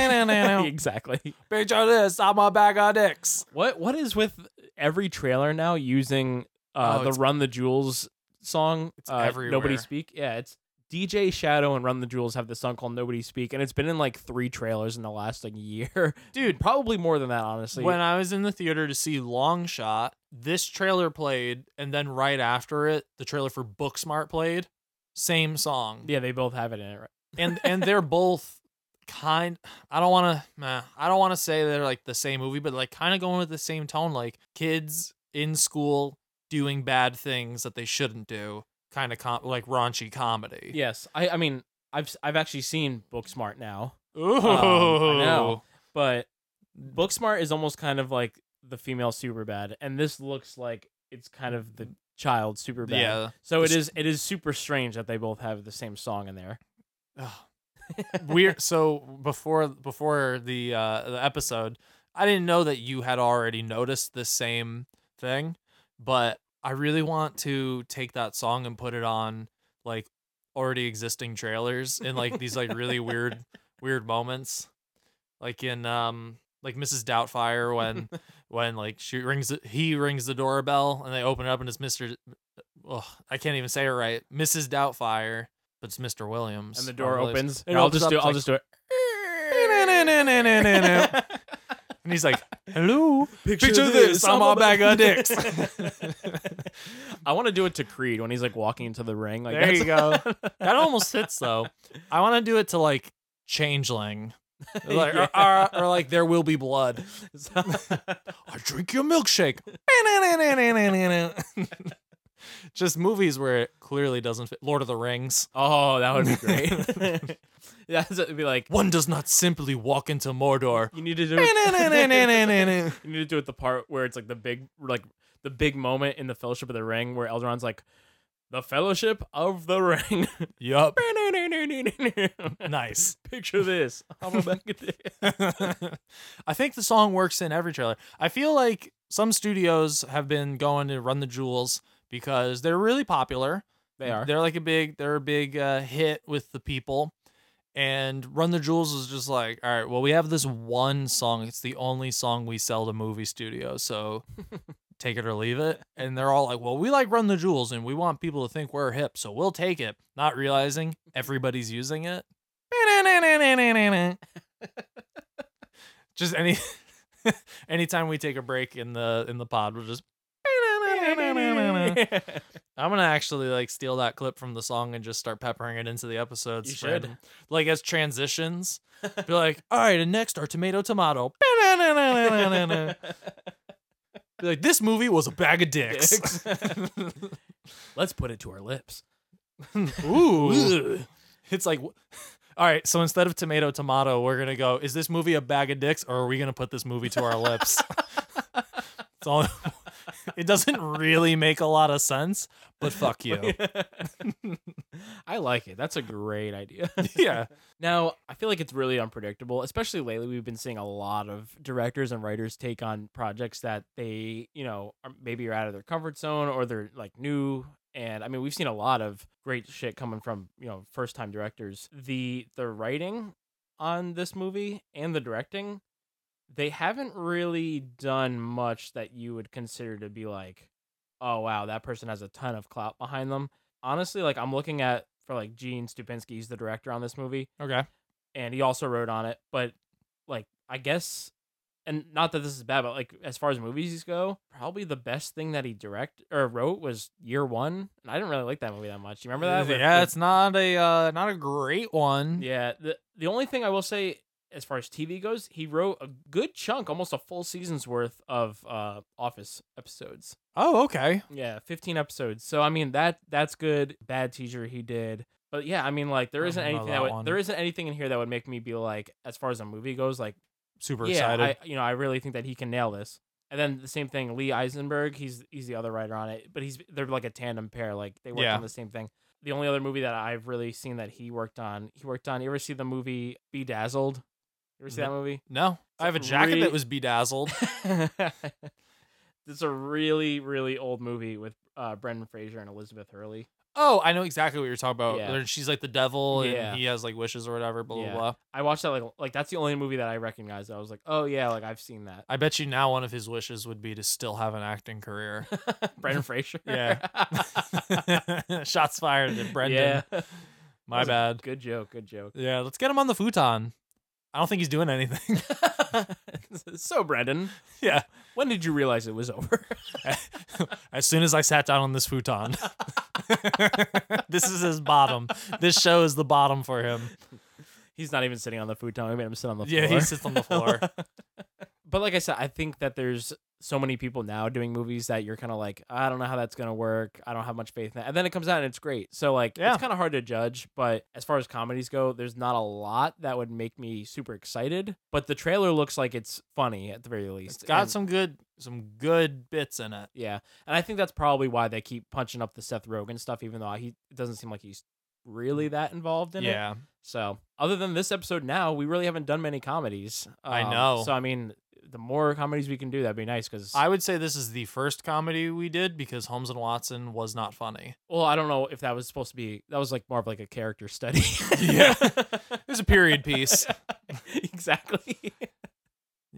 [SPEAKER 7] exactly.
[SPEAKER 6] Picture this. I'm a bag of dicks.
[SPEAKER 7] What what is with every trailer now using uh,
[SPEAKER 6] Oh,
[SPEAKER 7] the
[SPEAKER 6] it's-
[SPEAKER 7] Run the Jewels song?
[SPEAKER 6] It's
[SPEAKER 7] uh, Nobody
[SPEAKER 6] everywhere.
[SPEAKER 7] Speak. Yeah, it's DJ Shadow and Run the Jewels have this song called Nobody Speak, and it's been in like three trailers in the last like year, [laughs] dude. Probably more than that, honestly.
[SPEAKER 6] When I was in the theater to see Long Shot, this trailer played, and then right after it, the trailer for Booksmart played. Same song. [laughs]
[SPEAKER 7] yeah, they both have it in it. Right?
[SPEAKER 6] and and they're both kind I don't want to I don't want to say they're like the same movie but like kind of going with the same tone like kids in school doing bad things that they shouldn't do kind of com- like raunchy comedy.
[SPEAKER 7] Yes, I I mean I've s- I've actually seen Booksmart now.
[SPEAKER 6] Ooh.
[SPEAKER 7] Um, I
[SPEAKER 6] [laughs] Oh.
[SPEAKER 7] know, but Booksmart is almost kind of like the female Superbad, and this looks like it's kind of the child Superbad.
[SPEAKER 6] Yeah.
[SPEAKER 7] So it
[SPEAKER 6] This-
[SPEAKER 7] is it is super strange that they both have the same song in there.
[SPEAKER 6] Weird so before before the uh the episode I didn't know that you had already noticed the same thing but I really want to take that song and put it on like already existing trailers in like these like really
[SPEAKER 7] [laughs]
[SPEAKER 6] weird weird moments like in um like Mrs. Doubtfire
[SPEAKER 7] [laughs]
[SPEAKER 6] when when like she rings the- he rings the doorbell and they open it up and it's Mr. Ugh, I can't even say it right Mrs. Doubtfire but it's Mr. Williams
[SPEAKER 7] And the
[SPEAKER 6] or
[SPEAKER 7] door
[SPEAKER 6] Williams.
[SPEAKER 7] opens.
[SPEAKER 6] It
[SPEAKER 7] I'll
[SPEAKER 6] opens
[SPEAKER 7] just
[SPEAKER 6] up,
[SPEAKER 7] do.
[SPEAKER 6] it's
[SPEAKER 7] I'll
[SPEAKER 6] like, [laughs]
[SPEAKER 7] just do it. [laughs]
[SPEAKER 6] and he's [laughs] like, "Hello,
[SPEAKER 7] Picture this, I'm a bag of
[SPEAKER 6] [laughs]
[SPEAKER 7] I want to do it to Creed when he's like walking into the ring. Like
[SPEAKER 6] there you
[SPEAKER 7] that's-
[SPEAKER 6] go. That almost hits though. I want to do it to like Changeling, like, or-
[SPEAKER 7] Yeah.
[SPEAKER 6] or, or, like There Will Be Blood.
[SPEAKER 7] [laughs]
[SPEAKER 6] [laughs] I drink your milkshake. [laughs] Just movies where it clearly doesn't fit. Lord of the Rings.
[SPEAKER 7] Oh, that would
[SPEAKER 6] [laughs]
[SPEAKER 7] be great. [laughs] yeah, so it'd be like
[SPEAKER 6] One does not simply walk into Mordor.
[SPEAKER 7] you need
[SPEAKER 6] [laughs]
[SPEAKER 7] to do. It. you need to do it the part where it's like the big, like the big moment in the Fellowship of the Ring where Elrond's like, "The Fellowship of the Ring." [laughs]
[SPEAKER 6] Yup. Nice.
[SPEAKER 7] Picture this. I'm a bag of dicks.
[SPEAKER 6] [laughs] I think the song works in every trailer. I feel like some studios have been going to Run the Jewels because they're really popular.
[SPEAKER 7] They are.
[SPEAKER 6] They're like a big. They're a big uh, hit with the people. And Run the Jewels is just like, all right, well, we have this one song. It's the only song we sell to movie studios. So
[SPEAKER 7] [laughs]
[SPEAKER 6] take it or leave it. And they're all like, well, we like Run the Jewels and we want people to think we're hip. So we'll take it, not realizing everybody's using it. [laughs] just any anytime we take a break in the in the pod we'll just i'm gonna actually like steal that clip from the song and just start peppering it into the episodes
[SPEAKER 7] You
[SPEAKER 6] for
[SPEAKER 7] should.
[SPEAKER 6] random- like as
[SPEAKER 7] [laughs]
[SPEAKER 6] transitions be like all right and next our tomato tomato [laughs] be like this movie was a bag of dicks
[SPEAKER 7] [laughs] Let's put it to our lips.
[SPEAKER 6] Ooh. it's like, wh- [laughs] all right, so instead of tomato, tomato, we're going to go, is this movie a bag of dicks or are we going to put this movie to our
[SPEAKER 7] [laughs]
[SPEAKER 6] lips? it's all, it doesn't really make a lot of sense, but fuck
[SPEAKER 7] [laughs]
[SPEAKER 6] you.
[SPEAKER 7] I like it. That's a great idea.
[SPEAKER 6] yeah.
[SPEAKER 7] Now, I feel like it's really unpredictable, especially lately. We've been seeing a lot of directors and writers take on projects that they, you know, are maybe are out of their comfort zone or they're like new. And I mean, we've seen a lot of great shit coming from you know first time directors. The the writing on this movie and the directing, they haven't really done much that you would consider to be like, oh wow, that person has a ton of clout behind them. Honestly, like I'm looking at for like Gene Stupinski, he's the director on this movie
[SPEAKER 6] Okay.
[SPEAKER 7] and he also wrote on it. But like, I guess, and not that this is bad, but like as far as movies go, probably the best thing that he direct or wrote was Year One, and I didn't really like that movie that much. You remember that? With-
[SPEAKER 6] yeah,
[SPEAKER 7] with-
[SPEAKER 6] it's not a uh, not a great one.
[SPEAKER 7] yeah. The the only thing I will say as far as TV goes, he wrote a good chunk, almost a full season's worth of uh Office episodes.
[SPEAKER 6] Oh, okay.
[SPEAKER 7] Yeah, 15 episodes. So I mean that that's good. Bad teacher he did. But yeah, I mean like there
[SPEAKER 6] I
[SPEAKER 7] isn't
[SPEAKER 6] don't know
[SPEAKER 7] anything
[SPEAKER 6] that
[SPEAKER 7] that would,
[SPEAKER 6] one.
[SPEAKER 7] there isn't anything in here that would make me be like as far as a movie goes like
[SPEAKER 6] Super
[SPEAKER 7] yeah,
[SPEAKER 6] excited.
[SPEAKER 7] I, you know, I really think that he can nail this. And then the same thing, Lee Eisenberg. He's he's the other writer on it, but he's they're like a tandem pair. Like they worked
[SPEAKER 11] Yeah.
[SPEAKER 7] on the same thing. The only other movie that I've really seen that he worked on, he worked on. You ever see the movie Bedazzled? You ever see that
[SPEAKER 6] No.
[SPEAKER 7] movie?
[SPEAKER 6] No. I have a
[SPEAKER 7] It's
[SPEAKER 6] jacket
[SPEAKER 7] re-
[SPEAKER 6] that was
[SPEAKER 7] [laughs]
[SPEAKER 6] bedazzled.
[SPEAKER 7] It's a really really old movie with uh, Brendan Fraser and Elizabeth Hurley.
[SPEAKER 6] Oh, I know exactly what you're talking about.
[SPEAKER 7] Yeah.
[SPEAKER 6] There- She's like the devil, and
[SPEAKER 7] Yeah.
[SPEAKER 6] he has like wishes or whatever. Blah blah
[SPEAKER 7] Yeah.
[SPEAKER 6] blah.
[SPEAKER 7] I watched that like like that's the only movie that I recognized. I was like, oh yeah, like I've seen that. [laughs]
[SPEAKER 6] I bet you now one of his wishes would be to still have an acting career. [laughs]
[SPEAKER 7] Brendan Fraser. [laughs]
[SPEAKER 6] yeah. [laughs] Shots fired at Brendan.
[SPEAKER 7] Yeah.
[SPEAKER 6] [laughs] My
[SPEAKER 7] That was a
[SPEAKER 6] bad.
[SPEAKER 7] Good joke. Good joke.
[SPEAKER 6] [laughs]
[SPEAKER 7] [laughs]
[SPEAKER 6] Yeah, let's get him on the futon. I don't think he's doing anything. [laughs]
[SPEAKER 7] so Brendan,
[SPEAKER 6] yeah.
[SPEAKER 7] When did you realize it was over? [laughs]
[SPEAKER 6] as soon as I sat down on this futon. this is his bottom. This show is the bottom for him.
[SPEAKER 7] He's not even sitting on the futon. We made him sit on the floor.
[SPEAKER 6] Yeah, he sits on the
[SPEAKER 7] [laughs]
[SPEAKER 6] floor.
[SPEAKER 7] but like I said, I think that there's so many people now doing movies that you're kind of like, I don't know how that's gonna work. I don't have much faith in that. And then it comes out and it's great. So like,
[SPEAKER 6] Yeah.
[SPEAKER 7] it's kind of hard to judge. But as far as comedies go, there's not a lot that would make me super excited. But the trailer looks like it's funny at the very least.
[SPEAKER 6] It's got
[SPEAKER 7] And-
[SPEAKER 6] some good some good bits in it.
[SPEAKER 7] Yeah, and I think that's probably why they keep punching up the Seth Rogen stuff, even though he it doesn't seem like he's really that involved in it.
[SPEAKER 6] Yeah.
[SPEAKER 7] So, other than this episode, now we really haven't done many comedies. um,
[SPEAKER 6] I know.
[SPEAKER 7] So, I mean, the more comedies we can do, that'd be nice. Because
[SPEAKER 6] I would say this is the first comedy we did because Holmes and Watson was not funny.
[SPEAKER 7] well, I don't know if that was supposed to be that was like more of like a character study.
[SPEAKER 6] Yeah.
[SPEAKER 7] [laughs]
[SPEAKER 6] it was a period piece.
[SPEAKER 7] exactly.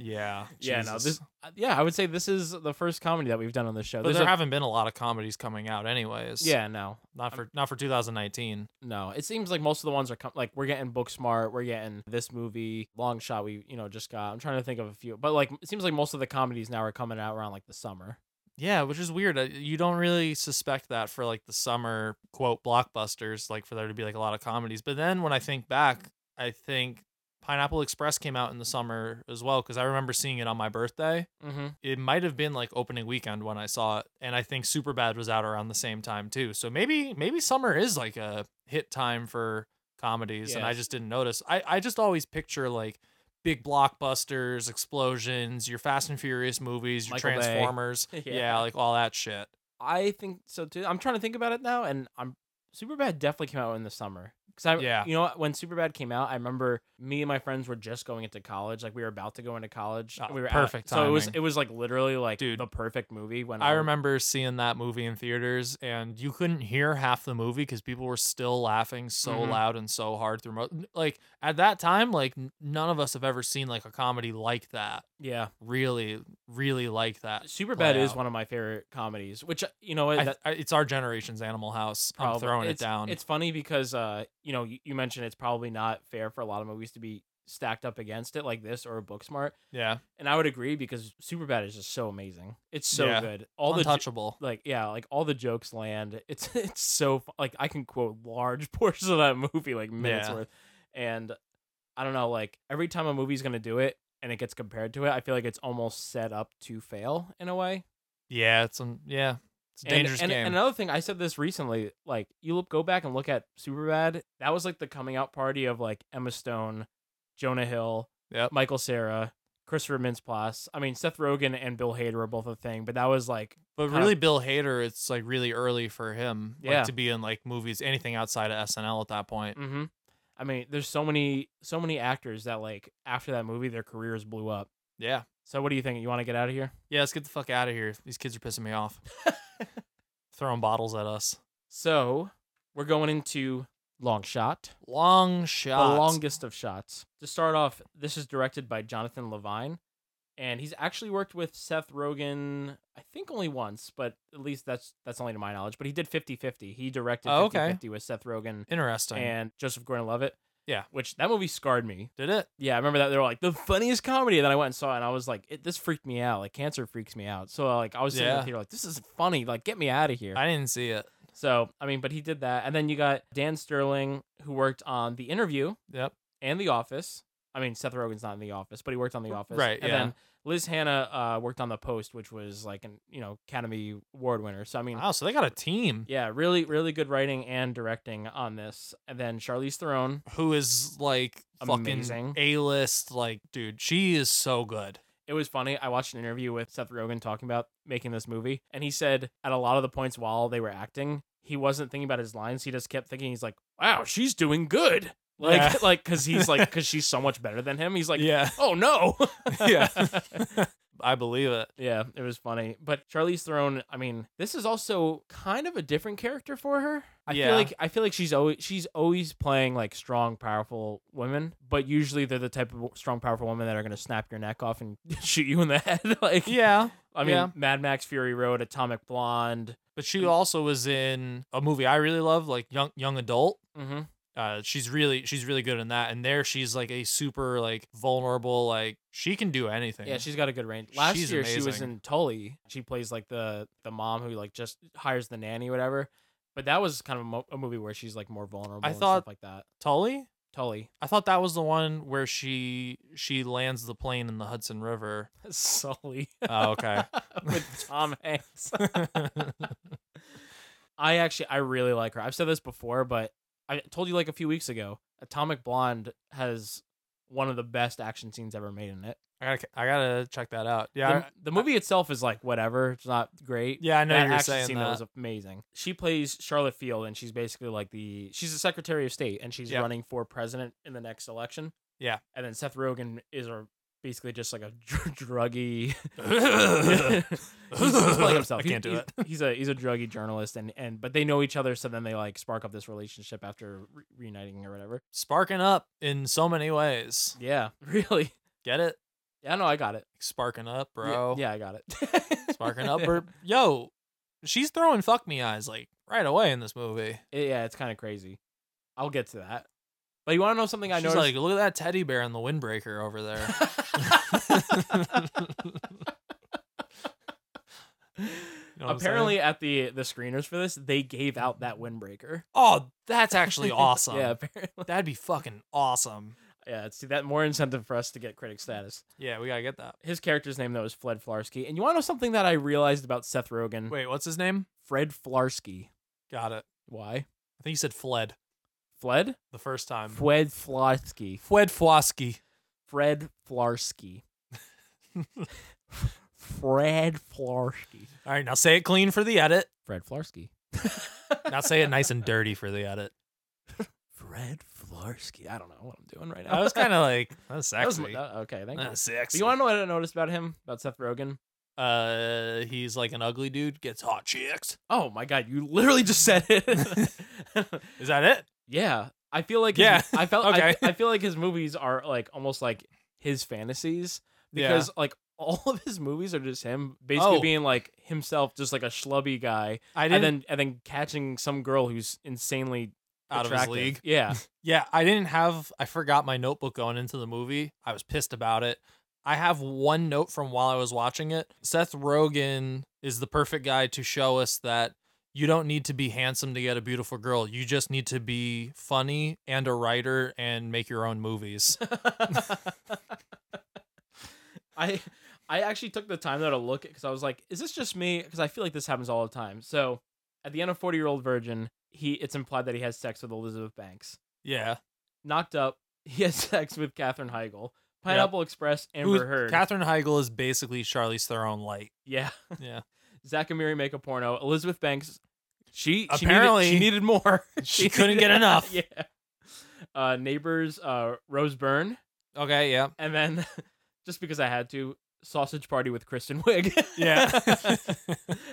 [SPEAKER 6] Yeah.
[SPEAKER 7] Yeah. No.
[SPEAKER 6] Jesus.
[SPEAKER 7] This. uh, Yeah, I would say this is the first comedy that we've done on the show.
[SPEAKER 6] But
[SPEAKER 7] There's
[SPEAKER 6] there
[SPEAKER 7] a-
[SPEAKER 6] haven't been a lot of comedies coming out anyways.
[SPEAKER 7] Yeah. No.
[SPEAKER 6] Not for not for 2019.
[SPEAKER 7] No, it seems like most of the ones are com- like we're getting Booksmart, we're getting this movie, Long Shot. We you know just got. I'm trying to think of a few, but like it seems like most of the comedies now are coming out around like the summer.
[SPEAKER 6] Yeah, which is weird. Uh, You don't really suspect that for like the summer quote blockbusters, like for there to be like a lot of comedies. But then when I think back, I think Pineapple Express came out in the summer as well because I remember seeing it on my birthday.
[SPEAKER 7] Mhm.
[SPEAKER 6] It might have been like opening weekend when I saw it, and I think Superbad was out around the same time too. So maybe maybe summer is like a hit time for comedies, and I
[SPEAKER 7] Yes.
[SPEAKER 6] just didn't notice. I I just always picture like big blockbusters, explosions, your Fast and Furious movies, your
[SPEAKER 7] Michael Bay.
[SPEAKER 6] Transformers,
[SPEAKER 7] [laughs] Yeah.
[SPEAKER 6] yeah, like all that shit.
[SPEAKER 7] I think so too. I'm trying to think about it now, and I'm Superbad definitely came out in the summer because I
[SPEAKER 6] Yeah.
[SPEAKER 7] you know what, when Superbad came out, I remember me and my friends were just going into college, like we were about to go into college.
[SPEAKER 6] Oh,
[SPEAKER 7] we were
[SPEAKER 6] perfect
[SPEAKER 7] Out, so it was
[SPEAKER 6] timing.
[SPEAKER 7] it was like literally like the perfect movie when
[SPEAKER 6] I
[SPEAKER 7] all-
[SPEAKER 6] remember seeing that movie in theaters, and you couldn't hear half the movie because people were still laughing so
[SPEAKER 7] Mhm.
[SPEAKER 6] loud and so hard through. Mo- like at that time, like n- none of us have ever seen like a comedy like that.
[SPEAKER 7] Yeah.
[SPEAKER 6] really, really like that.
[SPEAKER 7] Superbad is one of my favorite comedies, which uh, you know
[SPEAKER 6] I,
[SPEAKER 7] that-
[SPEAKER 6] I- it's our generation's Animal House. I'm
[SPEAKER 7] probably-
[SPEAKER 6] throwing it
[SPEAKER 7] it's-
[SPEAKER 6] down.
[SPEAKER 7] It's funny because uh, you know, you, you mentioned it's probably not fair for a lot of movies to be stacked up against it like this or a Booksmart.
[SPEAKER 6] Yeah.
[SPEAKER 7] And I would agree because Superbad is just so amazing. It's so
[SPEAKER 6] Yeah.
[SPEAKER 7] good. All the jo-
[SPEAKER 6] Untouchable.
[SPEAKER 7] like yeah, like all the jokes land. It's [laughs] it's so fu- like I can quote large [laughs] portions of that movie like minutes
[SPEAKER 6] Yeah.
[SPEAKER 7] worth. And I don't know, like every time a movie's going to do it and it gets compared to it, I feel like it's almost set up to fail in a way.
[SPEAKER 6] yeah, it's um, yeah, it's a
[SPEAKER 7] And-
[SPEAKER 6] dangerous
[SPEAKER 7] and,
[SPEAKER 6] game.
[SPEAKER 7] and another thing, I said this recently. Like, you look, go back and look at Superbad. That was like the coming out party of like Emma Stone, Jonah Hill, Michael Sarah, Christopher Mintz-Plasse. I mean, Seth Rogen and Bill Hader were both a thing, but that was like,
[SPEAKER 6] but
[SPEAKER 7] kind of-
[SPEAKER 6] really, Bill Hader, it's like really early for him.
[SPEAKER 7] Yeah.
[SPEAKER 6] like, to be in like movies, anything outside of SNL at that point.
[SPEAKER 7] hmm I mean, there's so many, so many actors that like after that movie, their careers blew up.
[SPEAKER 6] Yeah.
[SPEAKER 7] So what do you think? You want to get out of here?
[SPEAKER 6] Yeah, let's get the fuck out of here. These kids are pissing me [laughs] off. Throwing bottles at us.
[SPEAKER 7] So we're going into long shot.
[SPEAKER 6] Long shot.
[SPEAKER 7] The longest of shots. To start off, this is directed by Jonathan Levine, and he's actually worked with Seth Rogen, I think only once, but at least that's that's only to my knowledge. But he did 50-50. He directed
[SPEAKER 6] Oh,
[SPEAKER 7] 50-50
[SPEAKER 6] okay.
[SPEAKER 7] with Seth Rogen.
[SPEAKER 6] Interesting.
[SPEAKER 7] And Joseph Gordon-Levitt.
[SPEAKER 6] Yeah.
[SPEAKER 7] Which that movie scarred me.
[SPEAKER 6] Did it?
[SPEAKER 7] Yeah, I remember that they were like the funniest comedy. And then I went and saw it, and I was like, it, this freaked me out. Like cancer freaks me out. So like I was sitting in
[SPEAKER 6] Yeah.
[SPEAKER 7] the theater like this is funny. Like get me out of here.
[SPEAKER 6] I didn't see it.
[SPEAKER 7] So, I mean, but he did that. And then you got Dan Sterling, who worked on The Interview.
[SPEAKER 6] Yep.
[SPEAKER 7] And The Office. I mean, Seth Rogen's not in The Office, but he worked on The Office.
[SPEAKER 6] right,
[SPEAKER 7] And
[SPEAKER 6] yeah.
[SPEAKER 7] then Liz Hannah uh, worked on The Post, which was like an, you know, Academy Award winner. So, I mean,
[SPEAKER 6] Wow, so they got a team.
[SPEAKER 7] yeah, really, really good writing and directing on this. And then Charlize Theron.
[SPEAKER 6] Who is like
[SPEAKER 7] Amazing.
[SPEAKER 6] fucking A list. Like, dude, she is so good.
[SPEAKER 7] It was funny. I watched an interview with Seth Rogen talking about making this movie, and he said at a lot of the points while they were acting, he wasn't thinking about his lines. He just kept thinking he's like, "Wow, she's doing good." Like,
[SPEAKER 6] Yeah.
[SPEAKER 7] [laughs] like, because he's
[SPEAKER 6] [laughs]
[SPEAKER 7] like, because she's so much better than him. He's like,
[SPEAKER 6] Yeah.
[SPEAKER 7] oh no,
[SPEAKER 6] [laughs] Yeah.
[SPEAKER 7] [laughs]
[SPEAKER 6] I believe it.
[SPEAKER 7] Yeah, it was funny. But Charlize Theron, I mean, this is also kind of a different character for her. I
[SPEAKER 6] Yeah.
[SPEAKER 7] feel like I feel like she's always she's always playing like strong, powerful women, but usually they're the type of strong, powerful women that are going to snap your neck off and [laughs] shoot you in the head. [laughs] like,
[SPEAKER 6] Yeah.
[SPEAKER 7] I mean,
[SPEAKER 6] yeah.
[SPEAKER 7] Mad Max Fury Road, Atomic Blonde.
[SPEAKER 6] [laughs] But she also was in a movie I really love, like young young adult.
[SPEAKER 7] Mm-hmm.
[SPEAKER 6] Uh, she's really she's really good in that, and there she's like a super like vulnerable like she can do anything.
[SPEAKER 7] Yeah, she's got a good range. Last
[SPEAKER 6] She's
[SPEAKER 7] year she was
[SPEAKER 6] amazing.
[SPEAKER 7] in Tully. She plays like the the mom who like just hires the nanny, whatever. But that was kind of a, mo- a movie where she's like more vulnerable.
[SPEAKER 6] I
[SPEAKER 7] and
[SPEAKER 6] thought-
[SPEAKER 7] stuff like that.
[SPEAKER 6] Tully.
[SPEAKER 7] Tully. [laughs]
[SPEAKER 6] I thought that was the one where she she lands the plane in the Hudson River.
[SPEAKER 7] Sully.
[SPEAKER 6] Oh,
[SPEAKER 7] [laughs]
[SPEAKER 6] okay.
[SPEAKER 7] with Tom Hanks. I actually, I really like her. I've said this before, but I told you like a few weeks ago, Atomic Blonde has one of the best action scenes ever made in it.
[SPEAKER 6] I gotta I gotta check that out. Yeah,
[SPEAKER 7] the, the movie itself is like whatever. It's not great.
[SPEAKER 6] Yeah, I know
[SPEAKER 7] that
[SPEAKER 6] you were
[SPEAKER 7] action
[SPEAKER 6] saying
[SPEAKER 7] scene was
[SPEAKER 6] that.
[SPEAKER 7] amazing. She plays Charlotte Field, and she's basically like the she's the Secretary of State, and she's
[SPEAKER 6] Yep.
[SPEAKER 7] running for president in the next election.
[SPEAKER 6] Yeah.
[SPEAKER 7] and then Seth Rogen is a basically just like a [laughs]
[SPEAKER 6] [laughs]
[SPEAKER 7] dr- druggy. [laughs] he's, he's playing himself.
[SPEAKER 6] I can't
[SPEAKER 7] He-
[SPEAKER 6] do
[SPEAKER 7] he's, [laughs] He's a he's a druggy journalist, and and but they know each other, so then they like spark up this relationship after re- reuniting or whatever.
[SPEAKER 6] sparking up in so many ways.
[SPEAKER 7] Yeah, [laughs] really.
[SPEAKER 6] Get it?
[SPEAKER 7] Yeah, no, I got it,
[SPEAKER 6] Sparking up,
[SPEAKER 7] Yeah-
[SPEAKER 6] bro.
[SPEAKER 7] Yeah, I got it.
[SPEAKER 6] Sparking
[SPEAKER 7] [laughs]
[SPEAKER 6] up, bro. Yo, she's throwing fuck me eyes like right away in this movie.
[SPEAKER 7] It- yeah, it's kind of crazy. I'll get to that. But you want to know something I
[SPEAKER 6] She's like,
[SPEAKER 7] noticed?
[SPEAKER 6] look at that teddy bear in the windbreaker over
[SPEAKER 7] [laughs]
[SPEAKER 6] there. You know what I'm saying?
[SPEAKER 7] Apparently, at the the screeners for this, they gave out that windbreaker.
[SPEAKER 6] oh, that's
[SPEAKER 7] [laughs]
[SPEAKER 6] actually awesome.
[SPEAKER 7] yeah, apparently.
[SPEAKER 6] that'd be fucking awesome.
[SPEAKER 7] Yeah, see that more incentive for us to get critic status.
[SPEAKER 6] Yeah, we gotta get that.
[SPEAKER 7] His character's name though is Fred Flarsky, and you want to know something that I realized about Seth Rogen?
[SPEAKER 6] Wait, what's his name?
[SPEAKER 7] Fred Flarsky.
[SPEAKER 6] Got it.
[SPEAKER 7] Why?
[SPEAKER 6] I think you said fled
[SPEAKER 7] Fled?
[SPEAKER 6] the first time.
[SPEAKER 7] Fred Flarsky.
[SPEAKER 6] Fwed Fwosky.
[SPEAKER 7] Fred
[SPEAKER 6] [laughs]
[SPEAKER 7] Flarsky. Fred Flarsky.
[SPEAKER 6] All right, now say it clean for the edit.
[SPEAKER 7] Fred Flarsky.
[SPEAKER 6] Now say it nice and dirty for the edit.
[SPEAKER 7] Fred Flarsky. I don't know what I'm doing right now.
[SPEAKER 6] I was kind of like, that's
[SPEAKER 7] [laughs] That was-
[SPEAKER 6] sexy.
[SPEAKER 7] that- okay, thank you.
[SPEAKER 6] That's sexy.
[SPEAKER 7] You want to know what I noticed about him? About Seth Rogen?
[SPEAKER 6] uh, he's like an ugly dude, gets hot chicks.
[SPEAKER 7] Oh my god, you literally just said
[SPEAKER 6] [laughs]
[SPEAKER 7] it. [laughs]
[SPEAKER 6] Is that it?
[SPEAKER 7] yeah, I feel like his-
[SPEAKER 6] Yeah,
[SPEAKER 7] I felt I-
[SPEAKER 6] okay.
[SPEAKER 7] I, feel like his movies are like almost like his fantasies because like all of his movies are just him basically
[SPEAKER 6] Oh.
[SPEAKER 7] being like himself, just like a schlubby guy,
[SPEAKER 6] I
[SPEAKER 7] and
[SPEAKER 6] didn't.
[SPEAKER 7] then and then catching some girl who's insanely
[SPEAKER 6] Out of his
[SPEAKER 7] attractive.
[SPEAKER 6] league.
[SPEAKER 7] Yeah,
[SPEAKER 6] yeah, I didn't have. I forgot my notebook going into the movie. I was pissed about it. I have one note from while I was watching it. Seth Rogen is the perfect guy to show us that you don't need to be handsome to get a beautiful girl. You just need to be funny and a writer and make your own movies. [laughs]
[SPEAKER 7] I I actually took the time though to look at because I was like, is this just me? Because I feel like this happens all the time. So at the end of Forty Year Old Virgin, he it's implied that he has sex with Elizabeth Banks.
[SPEAKER 6] yeah.
[SPEAKER 7] Knocked up, [laughs] he has sex with Katherine Heigl. Pineapple Express, Amber
[SPEAKER 6] Who-
[SPEAKER 7] Heard.
[SPEAKER 6] Catherine Heigl is basically Charlize Theron light.
[SPEAKER 7] yeah, [laughs]
[SPEAKER 6] Yeah.
[SPEAKER 7] Zach and Miri make a porno. Elizabeth Banks, she she needed-
[SPEAKER 6] Apparently-
[SPEAKER 7] she needed, more. [laughs]
[SPEAKER 6] She couldn't get enough.
[SPEAKER 7] yeah. Uh, neighbors, uh, Rose Byrne.
[SPEAKER 6] Okay, yeah.
[SPEAKER 7] and then [laughs] just because I had to, sausage party with Kristen [laughs] Wiig.
[SPEAKER 6] Yeah.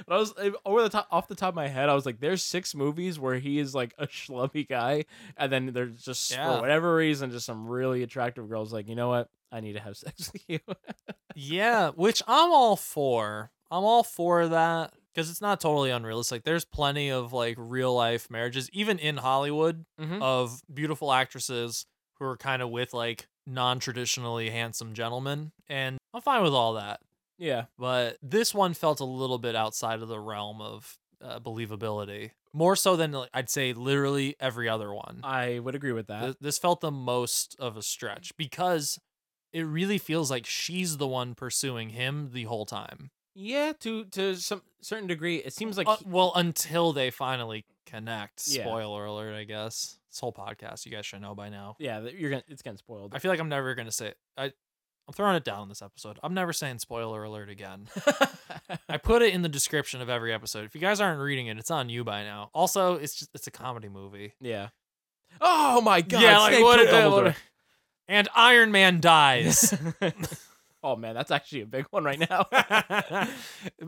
[SPEAKER 7] but I was eh, over the top, off the top of my head, I was like, there's six movies where he is like a schlubby guy, and then there's just
[SPEAKER 6] Yeah.
[SPEAKER 7] for whatever reason, just some really attractive girls. Like, you know what? I need to have [laughs] sex with you.
[SPEAKER 6] Yeah, which I'm all for. I'm all for that because it's not totally unrealistic. There's plenty of like real life marriages, even in Hollywood,
[SPEAKER 7] Mhm.
[SPEAKER 6] of beautiful actresses who are kind of with like non traditionally handsome gentlemen. And I'm fine with all that.
[SPEAKER 7] [laughs] yeah,
[SPEAKER 6] But this one felt a little bit outside of the realm of uh, believability, more so than like, I'd say literally every other one.
[SPEAKER 7] I would agree with that.
[SPEAKER 6] Th- this felt the most of a stretch because it really feels like she's the one pursuing him the whole time.
[SPEAKER 7] yeah, to to some certain degree, it seems like
[SPEAKER 6] Uh,
[SPEAKER 7] he-
[SPEAKER 6] well, until they finally connect.
[SPEAKER 7] Yeah.
[SPEAKER 6] Spoiler alert, I guess. This whole podcast, you guys should know by now.
[SPEAKER 7] yeah, that you're gonna it's getting spoiled.
[SPEAKER 6] I feel like I'm never gonna say. I I'm throwing it down on this episode. I'm never saying spoiler alert again.
[SPEAKER 7] [laughs]
[SPEAKER 6] I put it in the description of every episode. If you guys aren't reading it, it's on you by now. Also, it's just it's a comedy movie.
[SPEAKER 7] Yeah. Oh my god.
[SPEAKER 6] yeah, like
[SPEAKER 7] Snape
[SPEAKER 6] what,
[SPEAKER 7] killed
[SPEAKER 6] uh, what-
[SPEAKER 7] Dumbledore.
[SPEAKER 6] And Iron Man
[SPEAKER 7] [laughs]
[SPEAKER 6] dies. [laughs]
[SPEAKER 7] oh man, that's actually a big one right now.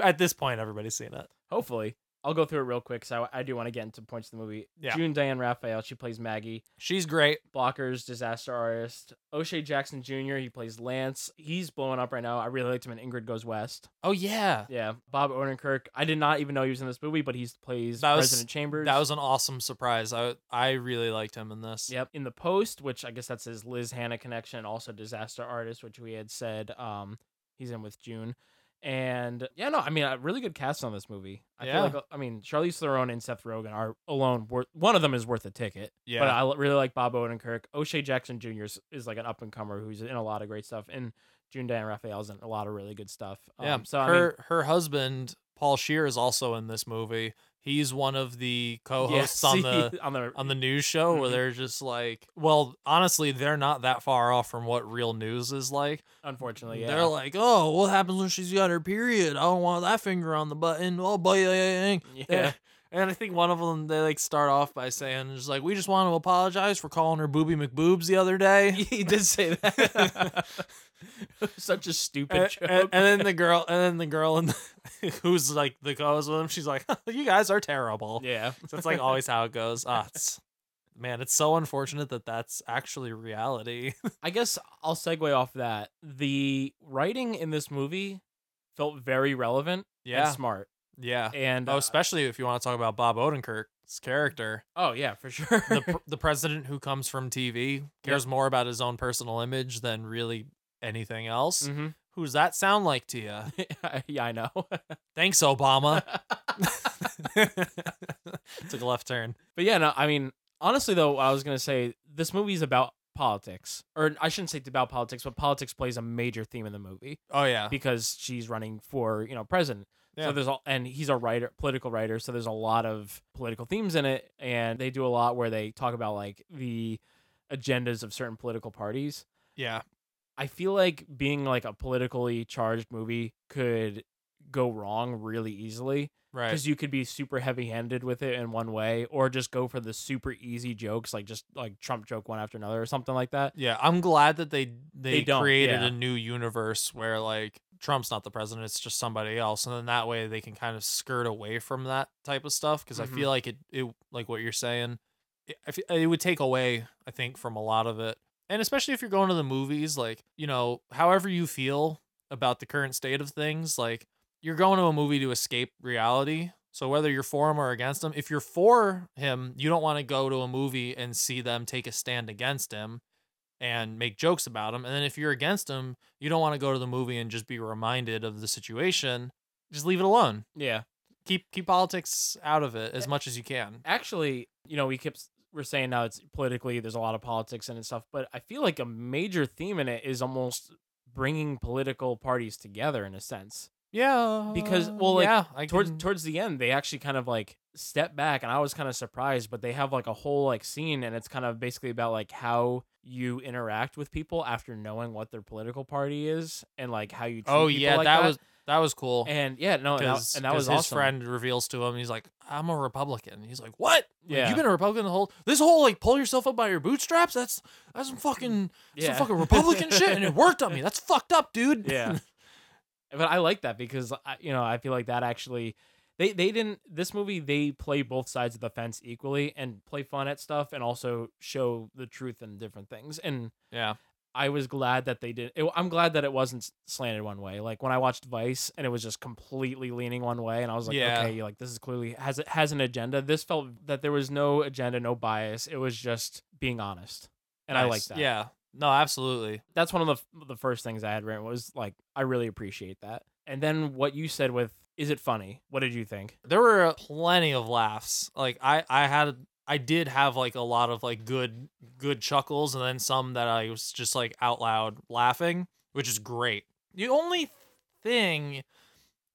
[SPEAKER 6] At this point, everybody's seen it.
[SPEAKER 7] Hopefully. I'll go through it real quick because I, I do want to get into points of the movie.
[SPEAKER 6] Yeah.
[SPEAKER 7] June Diane Raphael, she plays Maggie.
[SPEAKER 6] She's great.
[SPEAKER 7] Blockers, disaster artist. O'Shea Jackson Jr., he plays Lance. He's blowing up right now. I really liked him in Ingrid Goes West.
[SPEAKER 6] Oh yeah.
[SPEAKER 7] Yeah. Bob Odenkirk, I did not even know he was in this movie, but he plays
[SPEAKER 6] That was-
[SPEAKER 7] President Chambers.
[SPEAKER 6] That was an awesome surprise. I I really liked him in this.
[SPEAKER 7] Yep. In the post, which I guess that's his Liz Hannah connection, also disaster artist, which we had said um he's in with June. And yeah, no, I mean, a really good cast on this movie. I
[SPEAKER 6] Yeah.
[SPEAKER 7] feel like uh, I mean, Charlize Theron and Seth Rogen are alone worth one of them is worth a ticket.
[SPEAKER 6] Yeah.
[SPEAKER 7] But I l- really like Bob Odenkirk. O'Shea Jackson Jr. is, is like an up and comer who's in a lot of great stuff, and June Diane Raphael's in a lot of really good stuff.
[SPEAKER 6] yeah.
[SPEAKER 7] Um, so I
[SPEAKER 6] her
[SPEAKER 7] mean,
[SPEAKER 6] her husband Paul Shear is also in this movie. He's one of the co-hosts on
[SPEAKER 7] yes, [laughs]
[SPEAKER 6] the
[SPEAKER 7] on the
[SPEAKER 6] on the news show where
[SPEAKER 7] Mhm.
[SPEAKER 6] they're just like, well, honestly, they're not that far off from what real news is like.
[SPEAKER 7] unfortunately yeah.
[SPEAKER 6] They're like, oh, what happens when she's got her period? I don't want that finger on the button. Oh, boy, yeah, yeah, yeah. [laughs]
[SPEAKER 7] yeah. [laughs]
[SPEAKER 6] And I think one of them, they like start off by saying, just like, we just want to apologize for calling her Booby McBoobs the other day.
[SPEAKER 7] [laughs] he did say that. Such a stupid
[SPEAKER 6] [laughs] And,
[SPEAKER 7] joke.
[SPEAKER 6] and, and then the girl, and then the girl, in the, [laughs] who's like the goes with him, she's like, [laughs] "You guys are
[SPEAKER 7] [laughs]
[SPEAKER 6] terrible."
[SPEAKER 7] yeah,
[SPEAKER 6] So it's like always how it goes. Ah, it's, man, it's so unfortunate that that's actually reality. [laughs]
[SPEAKER 7] I guess I'll segue off that. The writing in this movie felt very relevant and [laughs] smart.
[SPEAKER 6] yeah.
[SPEAKER 7] And
[SPEAKER 6] Oh,
[SPEAKER 7] uh,
[SPEAKER 6] especially if you want to talk about Bob Odenkirk's character,
[SPEAKER 7] oh yeah, for sure. [laughs]
[SPEAKER 6] the pr- the president who comes from TV cares more about his own personal image than really anything else.
[SPEAKER 7] Mhm.
[SPEAKER 6] Who's that sound like to you?
[SPEAKER 7] [laughs] yeah, I know. [laughs]
[SPEAKER 6] Thanks, Obama. [laughs] Took a left turn.
[SPEAKER 7] But yeah, no, I mean, honestly though, I was gonna say this movie's about politics, or I shouldn't say it's about politics, but politics plays a major theme in the movie
[SPEAKER 6] Oh yeah,
[SPEAKER 7] because she's running for you know president.
[SPEAKER 6] Yeah.
[SPEAKER 7] So there's all, and he's a writer, political writer. So there's a lot of political themes in it, and they do a lot where they talk about like the agendas of certain political parties.
[SPEAKER 6] yeah,
[SPEAKER 7] I feel like being like a politically charged movie could go wrong really easily
[SPEAKER 6] right.
[SPEAKER 7] because you could be super heavy-handed with it in one way or just go for the super easy jokes like just like Trump joke one after another or something like that.
[SPEAKER 6] Yeah, I'm glad that they they,
[SPEAKER 7] They don't,
[SPEAKER 6] created
[SPEAKER 7] yeah.
[SPEAKER 6] a new universe where like Trump's not the president; it's just somebody else, and then that way they can kind of skirt away from that type of stuff. Because
[SPEAKER 7] Mhm.
[SPEAKER 6] I feel like it, it like what you're saying, it, I fe- it would take away, I think, from a lot of it, and especially if you're going to the movies, like you know, however you feel about the current state of things, like you're going to a movie to escape reality. So whether you're for him or against him, if you're for him, you don't want to go to a movie and see them take a stand against him and make jokes about him. And then if you're against him, you don't want to go to the movie and just be reminded of the situation. Just leave it alone.
[SPEAKER 7] Yeah.
[SPEAKER 6] Keep keep politics out of it as much as you can.
[SPEAKER 7] Actually, you know, we kept we're saying now it's politically there's a lot of politics in it and stuff, but I feel like a major theme in it is almost bringing political parties together in a sense.
[SPEAKER 6] Yeah.
[SPEAKER 7] Because, well, like,
[SPEAKER 6] yeah, I
[SPEAKER 7] towards
[SPEAKER 6] can-
[SPEAKER 7] towards the end they actually kind of like step back and i was kind of surprised but they have like a whole like scene and it's kind of basically about like how you interact with people after knowing what their political party is and like how you treat
[SPEAKER 6] Oh
[SPEAKER 7] people
[SPEAKER 6] yeah,
[SPEAKER 7] like
[SPEAKER 6] that, was that was cool.
[SPEAKER 7] and yeah no and that,
[SPEAKER 6] 'Cause-
[SPEAKER 7] and that
[SPEAKER 6] 'cause
[SPEAKER 7] was
[SPEAKER 6] his
[SPEAKER 7] awesome
[SPEAKER 6] friend reveals to him he's like i'm a republican he's like what Like,
[SPEAKER 7] Yeah.
[SPEAKER 6] you've been a republican the whole this whole like pull yourself up by your bootstraps that's that's some fucking
[SPEAKER 7] Yeah.
[SPEAKER 6] some fucking republican shit and it worked
[SPEAKER 7] [laughs]
[SPEAKER 6] on me that's fucked up dude
[SPEAKER 7] yeah [laughs] but i like that because I, you know i feel like that actually they they didn't this movie they play both sides of the fence equally and play fun at stuff and also show the truth in different things and
[SPEAKER 6] [laughs] yeah
[SPEAKER 7] I was glad that they did. It, I'm glad that it wasn't s- slanted one way. Like when I watched Vice and it was just completely leaning one way, and I was like,
[SPEAKER 6] Yeah.
[SPEAKER 7] okay, like this is clearly has it has an agenda. This felt that there was no agenda, no bias. It was just being honest, and I like
[SPEAKER 6] Nice.
[SPEAKER 7] that.
[SPEAKER 6] yeah no absolutely
[SPEAKER 7] that's one of the f- the first things I had written was like, I really appreciate that. And then what you said with, is it funny? What did you think?
[SPEAKER 6] there were plenty of laughs like i i had i did have like a lot of like good good chuckles and then some that i was just like out loud laughing which is great the only thing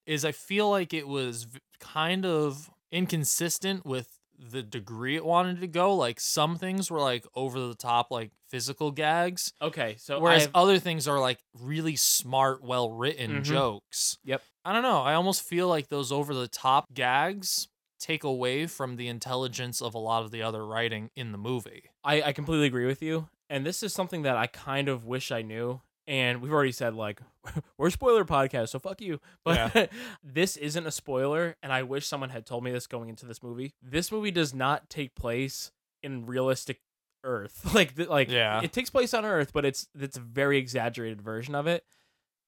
[SPEAKER 6] is i feel like it was v- kind of inconsistent with the degree it wanted to go. Like some things were like over the top, like physical gags.
[SPEAKER 7] Okay, so I
[SPEAKER 6] whereas
[SPEAKER 7] have-
[SPEAKER 6] other things are like really smart, well written
[SPEAKER 7] Mhm.
[SPEAKER 6] jokes.
[SPEAKER 7] Yep.
[SPEAKER 6] I don't know. I almost feel like those over the top gags take away from the intelligence of a lot of the other writing in the movie.
[SPEAKER 7] I, I completely agree with you. And this is something that I kind of wish I knew. And we've already said, like, [laughs] we're a spoiler podcast, so fuck you. [laughs] But this isn't a spoiler. And I wish someone had told me this going into this movie. This movie does not take place in realistic Earth. [laughs] Like, th- like
[SPEAKER 6] Yeah.
[SPEAKER 7] it takes place on Earth, but it's, it's a very exaggerated version of it.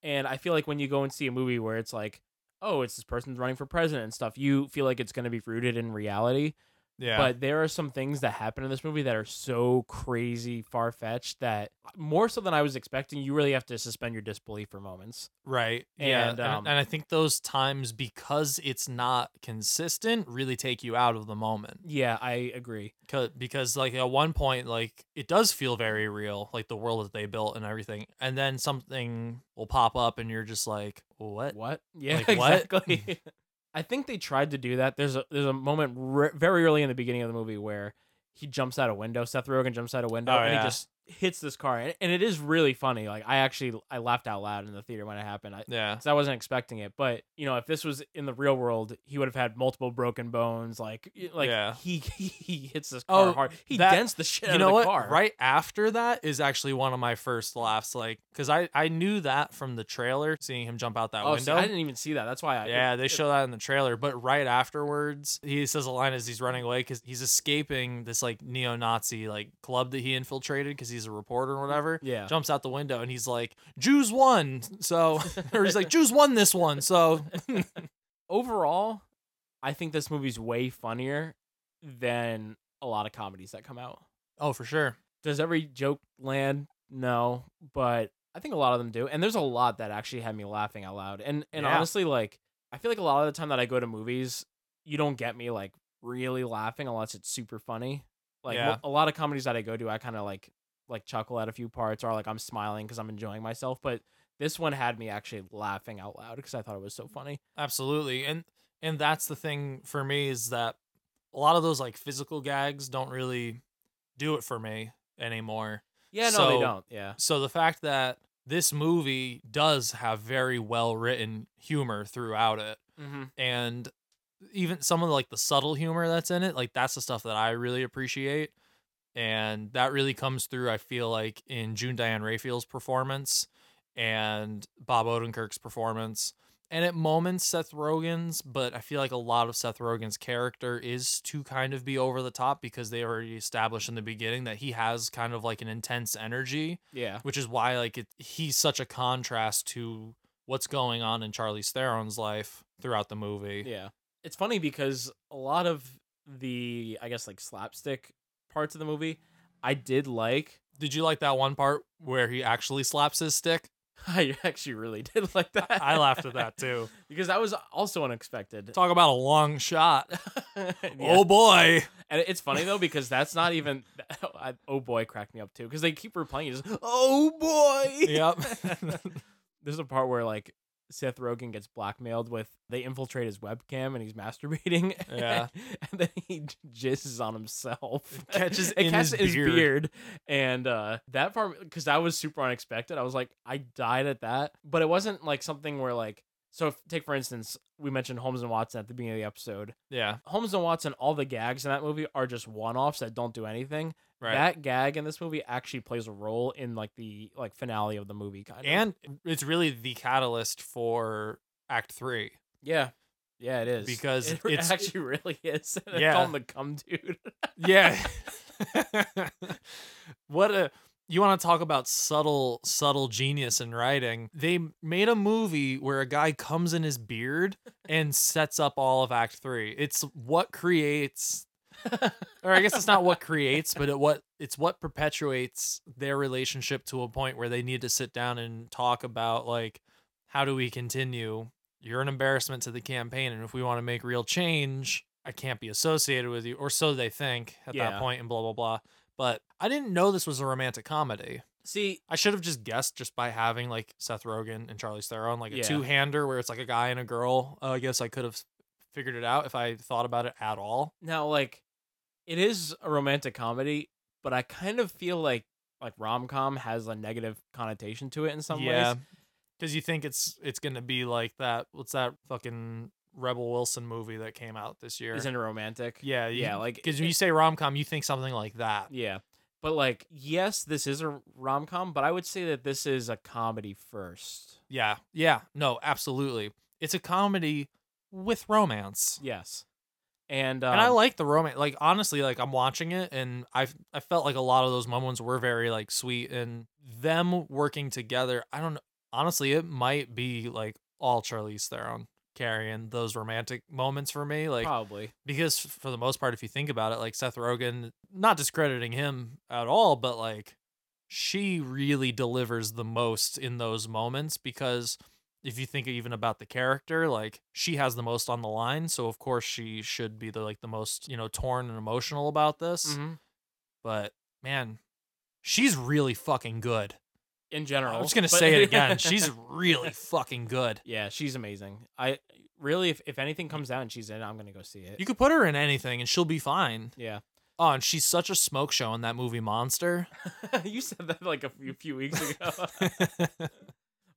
[SPEAKER 7] And I feel like when you go and see a movie where it's like, oh, it's this person's running for president and stuff, you feel like it's going to be rooted in reality.
[SPEAKER 6] Yeah.
[SPEAKER 7] But there are some things that happen in this movie that are so crazy far fetched that more so than I was expecting, you really have to suspend your disbelief for moments.
[SPEAKER 6] Right. yeah.
[SPEAKER 7] And,
[SPEAKER 6] and-
[SPEAKER 7] um,
[SPEAKER 6] and I think those times, because it's not consistent, really take you out of the moment.
[SPEAKER 7] Yeah, I agree.
[SPEAKER 6] Cause, because like at one point like it does feel very real like the world that they built and everything and then something will pop up and you're just like what
[SPEAKER 7] What? Yeah,
[SPEAKER 6] Uh,
[SPEAKER 7] [laughs]
[SPEAKER 6] Like, what?
[SPEAKER 7] exactly.
[SPEAKER 6] [laughs]
[SPEAKER 7] I think they tried to do that. There's a there's a moment re- very early in the beginning of the movie where he jumps out a window. Seth Rogen jumps out a window
[SPEAKER 6] Oh,
[SPEAKER 7] and
[SPEAKER 6] yeah.
[SPEAKER 7] he just hits this car, and, and it is really funny. Like I actually I laughed out loud in the theater when it happened. I,
[SPEAKER 6] yeah
[SPEAKER 7] 'cause I wasn't expecting it. But you know, if this was in the real world, he would have had multiple broken bones. Like y- like
[SPEAKER 6] Yeah.
[SPEAKER 7] he [laughs] he hits this car hard. He
[SPEAKER 6] Oh, that-
[SPEAKER 7] dents the shit
[SPEAKER 6] you
[SPEAKER 7] out
[SPEAKER 6] know
[SPEAKER 7] of the
[SPEAKER 6] what
[SPEAKER 7] car.
[SPEAKER 6] right after that is actually one of my first laughs like because i i knew that from the trailer seeing him jump out that
[SPEAKER 7] Oh, see,
[SPEAKER 6] window
[SPEAKER 7] I didn't even see that. That's why I
[SPEAKER 6] yeah, they show that in the trailer, but right afterwards, he says a line as he's running away because he's escaping this like neo-Nazi like club that he infiltrated because he's a reporter or whatever.
[SPEAKER 7] Yeah.
[SPEAKER 6] jumps out the window and he's like, "Jews won," so [laughs]
[SPEAKER 7] [laughs]
[SPEAKER 6] or he's like, "Jews won this one," so
[SPEAKER 7] overall, I think this movie's way funnier than a lot of comedies that come out.
[SPEAKER 6] oh for sure.
[SPEAKER 7] Does every joke land? No, but I think a lot of them do. And there's a lot that actually had me laughing out loud. And and
[SPEAKER 6] Yeah.
[SPEAKER 7] honestly, like I feel like a lot of the time that I go to movies, you don't get me like really laughing unless it's super funny. Like
[SPEAKER 6] Yeah.
[SPEAKER 7] mo- a lot of comedies that I go to, I kind of like like chuckle at a few parts or like I'm smiling because I'm enjoying myself. But this one had me actually laughing out loud because I thought it was so funny.
[SPEAKER 6] Absolutely. And and that's the thing for me is that a lot of those like physical gags don't really do it for me anymore.
[SPEAKER 7] Yeah, no,
[SPEAKER 6] So-
[SPEAKER 7] they don't. Yeah.
[SPEAKER 6] So the fact that this movie does have very well written humor throughout it
[SPEAKER 7] Mm-hmm.
[SPEAKER 6] and even some of like the subtle humor that's in it, like that's the stuff that I really appreciate. And that really comes through, I feel like, in June Diane Raphael's performance and Bob Odenkirk's performance. And at moments, Seth Rogen's, but I feel like a lot of Seth Rogen's character is to kind of be over the top because they already established in the beginning that he has kind of like an intense energy
[SPEAKER 7] Yeah.
[SPEAKER 6] which is why like it, he's such a contrast to what's going on in Charlie Theron's life throughout the movie.
[SPEAKER 7] Yeah. It's funny because a lot of the I guess like slapstick parts of the movie I did like. [laughs]
[SPEAKER 6] Did you like that one part where he actually slaps his stick?
[SPEAKER 7] I actually really [laughs] did like that.
[SPEAKER 6] I laughed at that too.
[SPEAKER 7] [laughs] because that was also unexpected.
[SPEAKER 6] Talk about a long shot.
[SPEAKER 7] [laughs] Yeah.
[SPEAKER 6] Oh boy.
[SPEAKER 7] And it's funny though because that's not even [laughs] I- oh boy cracked me up too because they keep replaying it. Just, oh
[SPEAKER 6] [laughs]
[SPEAKER 7] boy. [laughs]
[SPEAKER 6] Yep.
[SPEAKER 7] There's a part where like Seth Rogen gets blackmailed with they infiltrate his webcam and he's masturbating. [laughs]
[SPEAKER 6] Yeah.
[SPEAKER 7] and then he jizzes on himself.
[SPEAKER 6] catches
[SPEAKER 7] [laughs] it
[SPEAKER 6] in
[SPEAKER 7] catches
[SPEAKER 6] his
[SPEAKER 7] in his
[SPEAKER 6] beard.
[SPEAKER 7] beard. And uh that part because that was super unexpected. I was like, I died at that. But it wasn't like something where like so if, take for instance, we mentioned Holmes and Watson at the beginning of the episode.
[SPEAKER 6] Yeah.
[SPEAKER 7] Holmes and Watson, all the gags in that movie are just one offs that don't do anything.
[SPEAKER 6] Right.
[SPEAKER 7] That gag in this movie actually plays a role in like the like finale of the movie kind of.
[SPEAKER 6] and it's really the catalyst for Act Three.
[SPEAKER 7] Yeah. Yeah, it is.
[SPEAKER 6] Because
[SPEAKER 7] it [laughs]
[SPEAKER 6] it's-
[SPEAKER 7] actually really is. [laughs] They
[SPEAKER 6] Yeah.
[SPEAKER 7] call him the cum dude. [laughs]
[SPEAKER 6] Yeah. [laughs] what a you want to talk about subtle subtle genius in writing. They made a movie where a guy comes in his beard and sets up all of act 3. It's what creates or I guess it's not what creates, but it what it's what perpetuates their relationship to a point where they need to sit down and talk about like how do we continue? You're an embarrassment to the campaign, and if we want to make real change, I can't be associated with you, or so they think at
[SPEAKER 7] Yeah.
[SPEAKER 6] that point, and blah blah blah. But I didn't know this was a romantic comedy.
[SPEAKER 7] See,
[SPEAKER 6] I should have just guessed just by having like Seth Rogen and Charlie Theron, like a
[SPEAKER 7] Yeah.
[SPEAKER 6] two-hander where it's like a guy and a girl. Uh, I guess I could have figured it out if I thought about it at all.
[SPEAKER 7] now like it is a romantic comedy, but I kind of feel like like rom com has a negative connotation to it in some ways.
[SPEAKER 6] because you think it's it's gonna be like that. What's that fucking Rebel Wilson movie that came out this year?
[SPEAKER 7] Isn't it romantic?
[SPEAKER 6] Yeah, [laughs]
[SPEAKER 7] yeah, like [laughs]
[SPEAKER 6] because when you say rom com, you think something like that.
[SPEAKER 7] Yeah. But like, yes, this is a rom com, but I would say that this is a comedy first.
[SPEAKER 6] Yeah, yeah, no, absolutely. It's a comedy with romance.
[SPEAKER 7] Yes. And
[SPEAKER 6] and I
[SPEAKER 7] um,
[SPEAKER 6] like the romance. Like honestly, like I'm watching it, and I I felt like a lot of those moments were very like sweet, and them working together. I don't know. Honestly, it might be like all Charlize Theron carrying those romantic moments for me. Like
[SPEAKER 7] probably
[SPEAKER 6] because for the most part, if you think about it, like Seth Rogen, not discrediting him at all, but like she really delivers the most in those moments because if you think even about the character, like she has the most on the line, so of course she should be the like the most you know torn and emotional about this.
[SPEAKER 7] Mhm.
[SPEAKER 6] But man, she's really fucking good.
[SPEAKER 7] in general.
[SPEAKER 6] I was gonna
[SPEAKER 7] but-
[SPEAKER 6] say it
[SPEAKER 7] [laughs]
[SPEAKER 6] again. She's really fucking good.
[SPEAKER 7] yeah, she's amazing. I really, if, if anything comes out and she's in, it, I'm gonna go see it.
[SPEAKER 6] You could put her in anything and she'll be fine. [laughs]
[SPEAKER 7] yeah,
[SPEAKER 6] Oh, and she's such a smoke show in that movie Monster.
[SPEAKER 7] you said that like a few, few weeks ago. [laughs]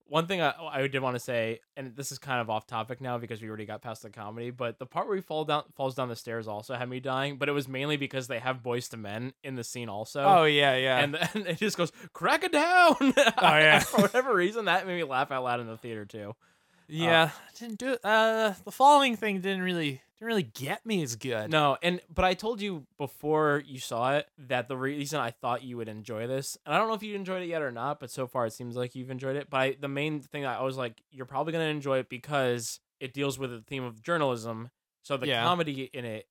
[SPEAKER 7] One thing I, I did want to say, and this is kind of off topic now because we already got past the comedy, but the part where he fall down falls down the stairs also had me dying, but it was mainly because they have boys to men in the scene also.
[SPEAKER 6] Oh yeah, yeah.
[SPEAKER 7] and, then [laughs] it just goes crack it down. Oh
[SPEAKER 6] yeah.
[SPEAKER 7] [laughs] for whatever reason that made me laugh out loud in the theater too.
[SPEAKER 6] yeah, didn't do it. Uh, the following thing didn't really didn't really get me as good.
[SPEAKER 7] No, and but I told you before you saw it that the reason I thought you would enjoy this, and I don't know if you enjoyed it yet or not, but so far it seems like you've enjoyed it. But I, the main thing I was like, you're probably gonna enjoy it because it deals with the theme of journalism. So the
[SPEAKER 6] Yeah.
[SPEAKER 7] comedy in it,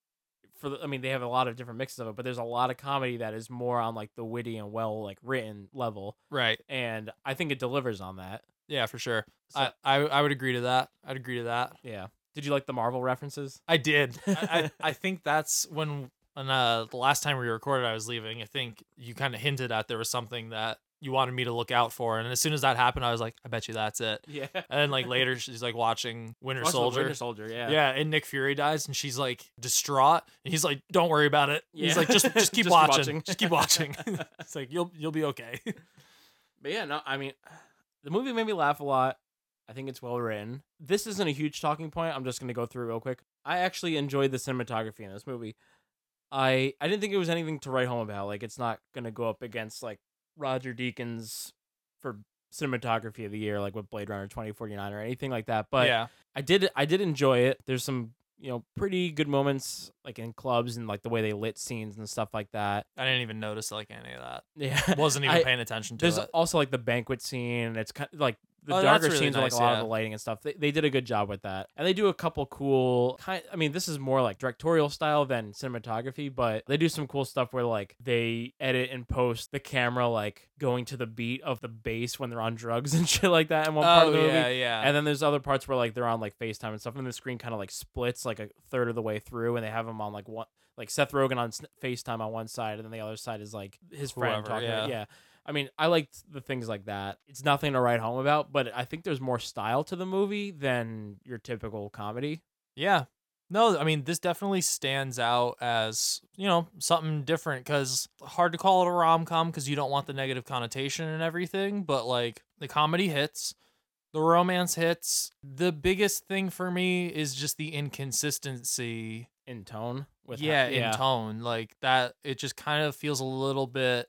[SPEAKER 7] for the, I mean, they have a lot of different mixes of it, but there's a lot of comedy that is more on like the witty and well like written level,
[SPEAKER 6] right?
[SPEAKER 7] and I think it delivers on that.
[SPEAKER 6] Yeah, for sure.
[SPEAKER 7] So-
[SPEAKER 6] I, I I would agree to that. I'd agree to that.
[SPEAKER 7] Yeah. Did you like the Marvel references?
[SPEAKER 6] I did. I, [laughs] I, I think that's when when uh the last time we recorded, I was leaving. I think you kind of hinted at there was something that you wanted me to look out for, and as soon as that happened, I was like, I bet you that's it.
[SPEAKER 7] [laughs] Yeah.
[SPEAKER 6] And then like later, she's like watching Winter
[SPEAKER 7] Watch the
[SPEAKER 6] Soldier.
[SPEAKER 7] Winter Soldier. Yeah.
[SPEAKER 6] Yeah, and Nick Fury dies, and she's like distraught, and he's like, "Don't worry about it." He's
[SPEAKER 7] Yeah.
[SPEAKER 6] like, [laughs]
[SPEAKER 7] [laughs]
[SPEAKER 6] "Just, just
[SPEAKER 7] Just
[SPEAKER 6] keep
[SPEAKER 7] keep
[SPEAKER 6] watching.
[SPEAKER 7] watching.
[SPEAKER 6] Just keep
[SPEAKER 7] [laughs]
[SPEAKER 6] watching." [laughs] it's like you'll, you'll be okay.
[SPEAKER 7] But yeah, no, I mean, the movie made me laugh a lot. I think it's well written. This isn't a huge talking point. I'm just going to go through real quick. I actually enjoyed the cinematography in this movie. I I didn't think it was anything to write home about. Like it's not going to go up against like Roger Deakins for cinematography of the year like with Blade Runner 2049 or anything like that, but
[SPEAKER 6] yeah,
[SPEAKER 7] I did I did enjoy it. There's some, you know, pretty good moments like in clubs and like the way they lit scenes and stuff like that. [laughs]
[SPEAKER 6] I didn't even notice like any of that.
[SPEAKER 7] Yeah.
[SPEAKER 6] Wasn't even
[SPEAKER 7] I-
[SPEAKER 6] paying attention to
[SPEAKER 7] there's
[SPEAKER 6] it.
[SPEAKER 7] also like the banquet scene. It's kind of like the
[SPEAKER 6] Oh, that's
[SPEAKER 7] darker
[SPEAKER 6] really
[SPEAKER 7] scenes with like
[SPEAKER 6] nice,
[SPEAKER 7] a lot
[SPEAKER 6] yeah.
[SPEAKER 7] of the lighting and stuff. They, they did a good job with that, and they do a couple cool. Kind, I mean, this is more like directorial style than cinematography, but they do some cool stuff where like they edit and post the camera like going to the beat of the bass when they're on drugs [laughs] and shit like that. In one part of the
[SPEAKER 6] Oh, yeah,
[SPEAKER 7] movie,
[SPEAKER 6] yeah.
[SPEAKER 7] and then there's other parts where like they're on like FaceTime and stuff, and the screen kind of like splits like a third of the way through, and they have them on like one like Seth Rogen on s- FaceTime on one side, and then the other side is like his friend
[SPEAKER 6] Whoever,
[SPEAKER 7] talking.
[SPEAKER 6] yeah.
[SPEAKER 7] To, yeah, I mean, I liked the things like that. It's nothing to write home about, but I think there's more style to the movie than your typical comedy.
[SPEAKER 6] yeah, no, I mean this definitely stands out as you know something different because hard to call it a rom com because you don't want the negative connotation and everything, but like the comedy hits. The romance hits. The biggest thing for me is just the inconsistency
[SPEAKER 7] In tone, with how-
[SPEAKER 6] yeah, in tone like that it just kind of feels a little bit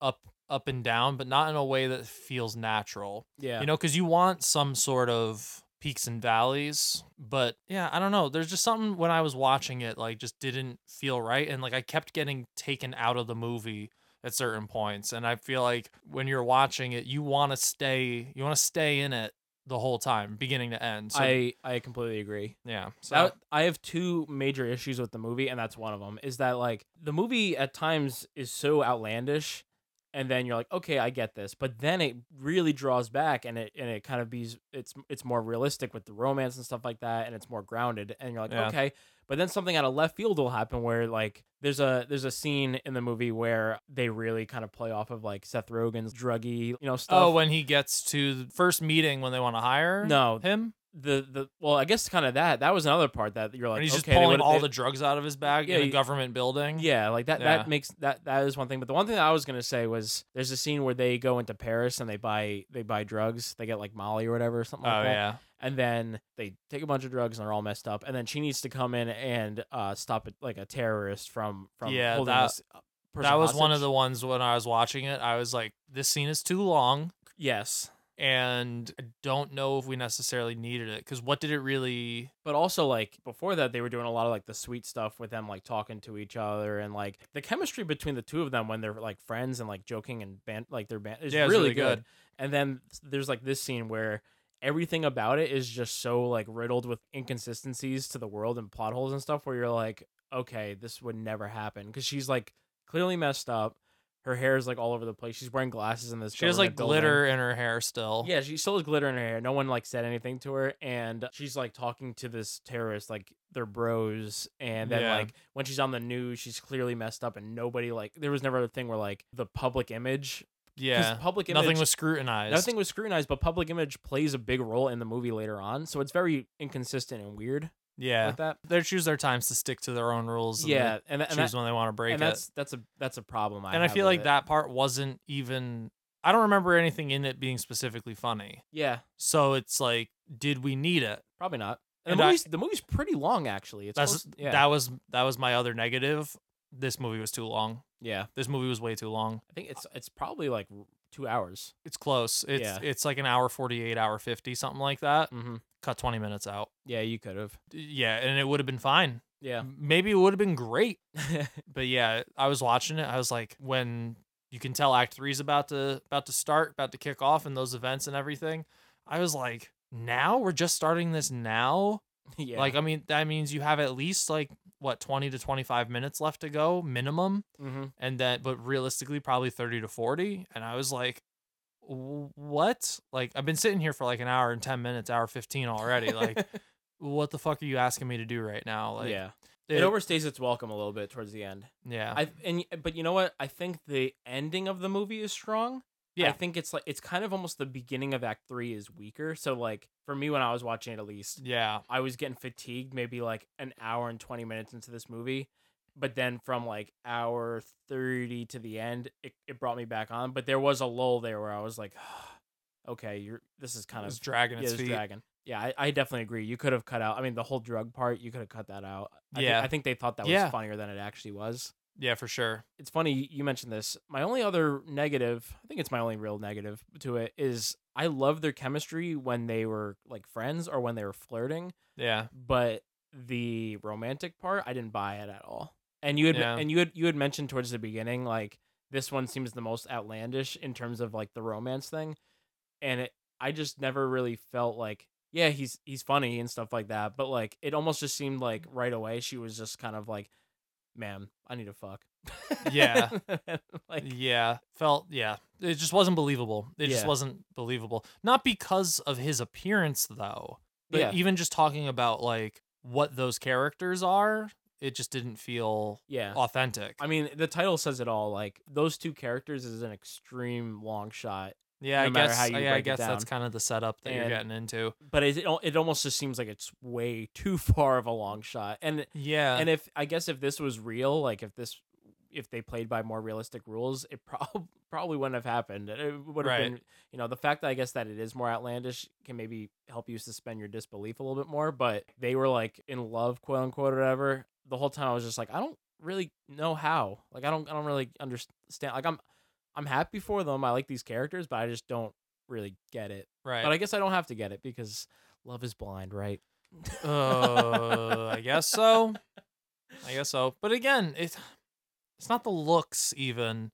[SPEAKER 6] up up and down but not in a way that feels natural
[SPEAKER 7] yeah,
[SPEAKER 6] you know because you want some sort of peaks and valleys but yeah i don't know there's just something when i was watching it like just didn't feel right and like i kept getting taken out of the movie at certain points and i feel like when you're watching it you want to stay you want to stay in it the whole time beginning to end so
[SPEAKER 7] I I completely agree.
[SPEAKER 6] yeah so
[SPEAKER 7] That, I have two major issues with the movie, and that's one of them. Is that like the movie at times is so outlandish, and then you're like, okay, I get this, but then it really draws back, and it and it kind of be it's it's more realistic with the romance and stuff like that, and it's more grounded, and you're like,
[SPEAKER 6] Yeah.
[SPEAKER 7] okay, but then something out of left field will happen where like there's a there's a scene in the movie where they really kind of play off of like Seth Rogen's druggy you know stuff.
[SPEAKER 6] Oh, when he gets to the first meeting when they want to hire
[SPEAKER 7] No.
[SPEAKER 6] him?
[SPEAKER 7] the the well, I guess kind of that. That was another part that you're like,
[SPEAKER 6] and he's
[SPEAKER 7] okay,
[SPEAKER 6] just
[SPEAKER 7] they
[SPEAKER 6] pulling
[SPEAKER 7] would've-
[SPEAKER 6] all
[SPEAKER 7] they-
[SPEAKER 6] the drugs out of his bag in a
[SPEAKER 7] you-
[SPEAKER 6] government building.
[SPEAKER 7] Yeah, like that.
[SPEAKER 6] Yeah.
[SPEAKER 7] That makes that that is one thing. But the one thing that I was gonna say was there's a scene where they go into Paris and they buy they buy drugs. They get like Molly or whatever or something.
[SPEAKER 6] Oh,
[SPEAKER 7] like that.
[SPEAKER 6] yeah.
[SPEAKER 7] And then they take a bunch of drugs and they're all messed up. And then she needs to come in and uh, stop it like a terrorist from from
[SPEAKER 6] yeah,
[SPEAKER 7] holding
[SPEAKER 6] that,
[SPEAKER 7] this uh, person
[SPEAKER 6] that was one of
[SPEAKER 7] hostage.
[SPEAKER 6] the ones when I was watching it. I was like, this scene is too long.
[SPEAKER 7] Yes.
[SPEAKER 6] And I don't know if we necessarily needed it because what did it really?
[SPEAKER 7] But also like before that they were doing a lot of like the sweet stuff with them like talking to each other and like the chemistry between the two of them when they're like friends and like joking and ban- like they're ban- is
[SPEAKER 6] Yeah, it was
[SPEAKER 7] really,
[SPEAKER 6] really
[SPEAKER 7] good.
[SPEAKER 6] good.
[SPEAKER 7] And then there's like this scene where everything about it is just so like riddled with inconsistencies to the world and plot holes and stuff where you're like okay, this would never happen cuz she's like clearly messed up. Her hair is like all over the place. She's wearing glasses in this
[SPEAKER 6] She has like
[SPEAKER 7] government building.
[SPEAKER 6] glitter in her hair still.
[SPEAKER 7] Yeah, she still has glitter in her hair. No one like said anything to her, and she's like talking to this terrorist, like they're bros. And then
[SPEAKER 6] Yeah.
[SPEAKER 7] like when she's on the news, she's clearly messed up, and nobody like there was never a thing where like the public image, 'cause
[SPEAKER 6] Yeah.
[SPEAKER 7] public image,
[SPEAKER 6] Nothing was scrutinized.
[SPEAKER 7] Nothing was scrutinized, but public image plays a big role in the movie later on, so it's very inconsistent and weird.
[SPEAKER 6] Yeah.
[SPEAKER 7] with that.
[SPEAKER 6] They choose their times to stick to their own rules. And
[SPEAKER 7] Yeah,
[SPEAKER 6] yeah.
[SPEAKER 7] and
[SPEAKER 6] And,
[SPEAKER 7] tha- and
[SPEAKER 6] choose
[SPEAKER 7] that-
[SPEAKER 6] when they want to break
[SPEAKER 7] and
[SPEAKER 6] it.
[SPEAKER 7] that's that's a that's a problem. I
[SPEAKER 6] and I
[SPEAKER 7] have
[SPEAKER 6] feel
[SPEAKER 7] with
[SPEAKER 6] like
[SPEAKER 7] it.
[SPEAKER 6] that part wasn't even. I don't remember anything in it being specifically funny.
[SPEAKER 7] Yeah,
[SPEAKER 6] So it's like, did we need it?
[SPEAKER 7] probably not. And,
[SPEAKER 6] And
[SPEAKER 7] the
[SPEAKER 6] I-
[SPEAKER 7] movie's the movie's pretty long actually. It's
[SPEAKER 6] That's
[SPEAKER 7] close- yeah.
[SPEAKER 6] that was that was my other negative. This movie was too long.
[SPEAKER 7] yeah.
[SPEAKER 6] This movie was way too long.
[SPEAKER 7] I think it's it's probably like two hours.
[SPEAKER 6] It's close. It's
[SPEAKER 7] Yeah.
[SPEAKER 6] it's like an hour forty eight, hour fifty, something like that.
[SPEAKER 7] Mm-hmm.
[SPEAKER 6] Cut twenty minutes out.
[SPEAKER 7] Yeah, you could have.
[SPEAKER 6] Yeah, and it would have been fine.
[SPEAKER 7] Yeah.
[SPEAKER 6] M- Maybe it would have been great. But yeah, I was watching it. I was like, when you can tell Act Three's about to about to start, about to kick off, and those events and everything. I was like, now we're just starting this now.
[SPEAKER 7] [laughs] yeah.
[SPEAKER 6] Like, I mean, that means you have at least like what twenty to twenty five minutes left to go minimum.
[SPEAKER 7] mm-hmm.
[SPEAKER 6] and then but realistically probably 30 to 40 and i was like "W- what like i've been sitting here for like an hour and 10 minutes hour 15 already
[SPEAKER 7] [laughs]
[SPEAKER 6] like what the fuck are you asking me to do right now like
[SPEAKER 7] yeah. It,
[SPEAKER 6] it-
[SPEAKER 7] overstays its welcome a little bit towards the end.
[SPEAKER 6] yeah
[SPEAKER 7] I and but you know what? I think the ending of the movie is strong. I
[SPEAKER 6] Yeah.
[SPEAKER 7] think it's like it's kind of almost the beginning of Act Three is weaker. So like for me when I was watching it at least,
[SPEAKER 6] yeah
[SPEAKER 7] I was getting fatigued maybe like an hour and twenty minutes into this movie. But then from like hour thirty to the end, it, it brought me back on. But there was a lull there where I was like, [sighs] okay, you're this is kind
[SPEAKER 6] it
[SPEAKER 7] of
[SPEAKER 6] was dragging its
[SPEAKER 7] yeah,
[SPEAKER 6] feet
[SPEAKER 7] There's dragon. Yeah, I, I definitely agree. You could have cut out. I mean, the whole drug part, you could have cut that out. I
[SPEAKER 6] Yeah.
[SPEAKER 7] think, I think they thought that was
[SPEAKER 6] Yeah.
[SPEAKER 7] funnier than it actually was.
[SPEAKER 6] yeah for sure
[SPEAKER 7] It's funny you- you mentioned this. My only other negative, I think it's my only real negative to it, is I love their chemistry when they were like friends or when they were flirting,
[SPEAKER 6] yeah
[SPEAKER 7] but the romantic part, I didn't buy it at all. And you had
[SPEAKER 6] Yeah.
[SPEAKER 7] and you had you had mentioned towards the beginning like this one seems the most outlandish in terms of like the romance thing and it, I just never really felt like yeah he's he's funny and stuff like that, but like it almost just seemed like right away she was just kind of like, "Ma'am, I need a fuck."
[SPEAKER 6] Yeah.
[SPEAKER 7] [laughs] like
[SPEAKER 6] yeah felt yeah it just wasn't believable it just
[SPEAKER 7] Yeah.
[SPEAKER 6] wasn't believable not because of his appearance though but e,
[SPEAKER 7] Yeah.
[SPEAKER 6] even just talking about like what those characters are it just didn't feel
[SPEAKER 7] yeah.
[SPEAKER 6] authentic
[SPEAKER 7] I mean, the title says it all. Like those two characters is an extreme long shot,
[SPEAKER 6] Yeah, I
[SPEAKER 7] no matter
[SPEAKER 6] guess.
[SPEAKER 7] how you
[SPEAKER 6] yeah, I
[SPEAKER 7] break it
[SPEAKER 6] guess that's
[SPEAKER 7] down.
[SPEAKER 6] kind of the setup that you're
[SPEAKER 7] And-
[SPEAKER 6] getting into.
[SPEAKER 7] but it it al- it almost just seems like it's way too [laughs] far of a long shot. And
[SPEAKER 6] Yeah,
[SPEAKER 7] and if I guess if this was real, like if this if they played by more realistic rules, it probably [laughs] probably wouldn't have happened. It would have
[SPEAKER 6] Right.
[SPEAKER 7] been, you know, the fact that I guess that it is more outlandish can maybe help you suspend your disbelief a little bit more. But they were like in love, quote unquote, or whatever. The whole time I was just like, I don't really know how. Like I don't I don't really understand. Like I'm I'm happy for them. I like these characters, but I just don't really get it.
[SPEAKER 6] right.
[SPEAKER 7] But I guess I don't have to get it because love is blind, right?
[SPEAKER 6] uh, I guess so. I guess so. But again, it's it's not the looks even.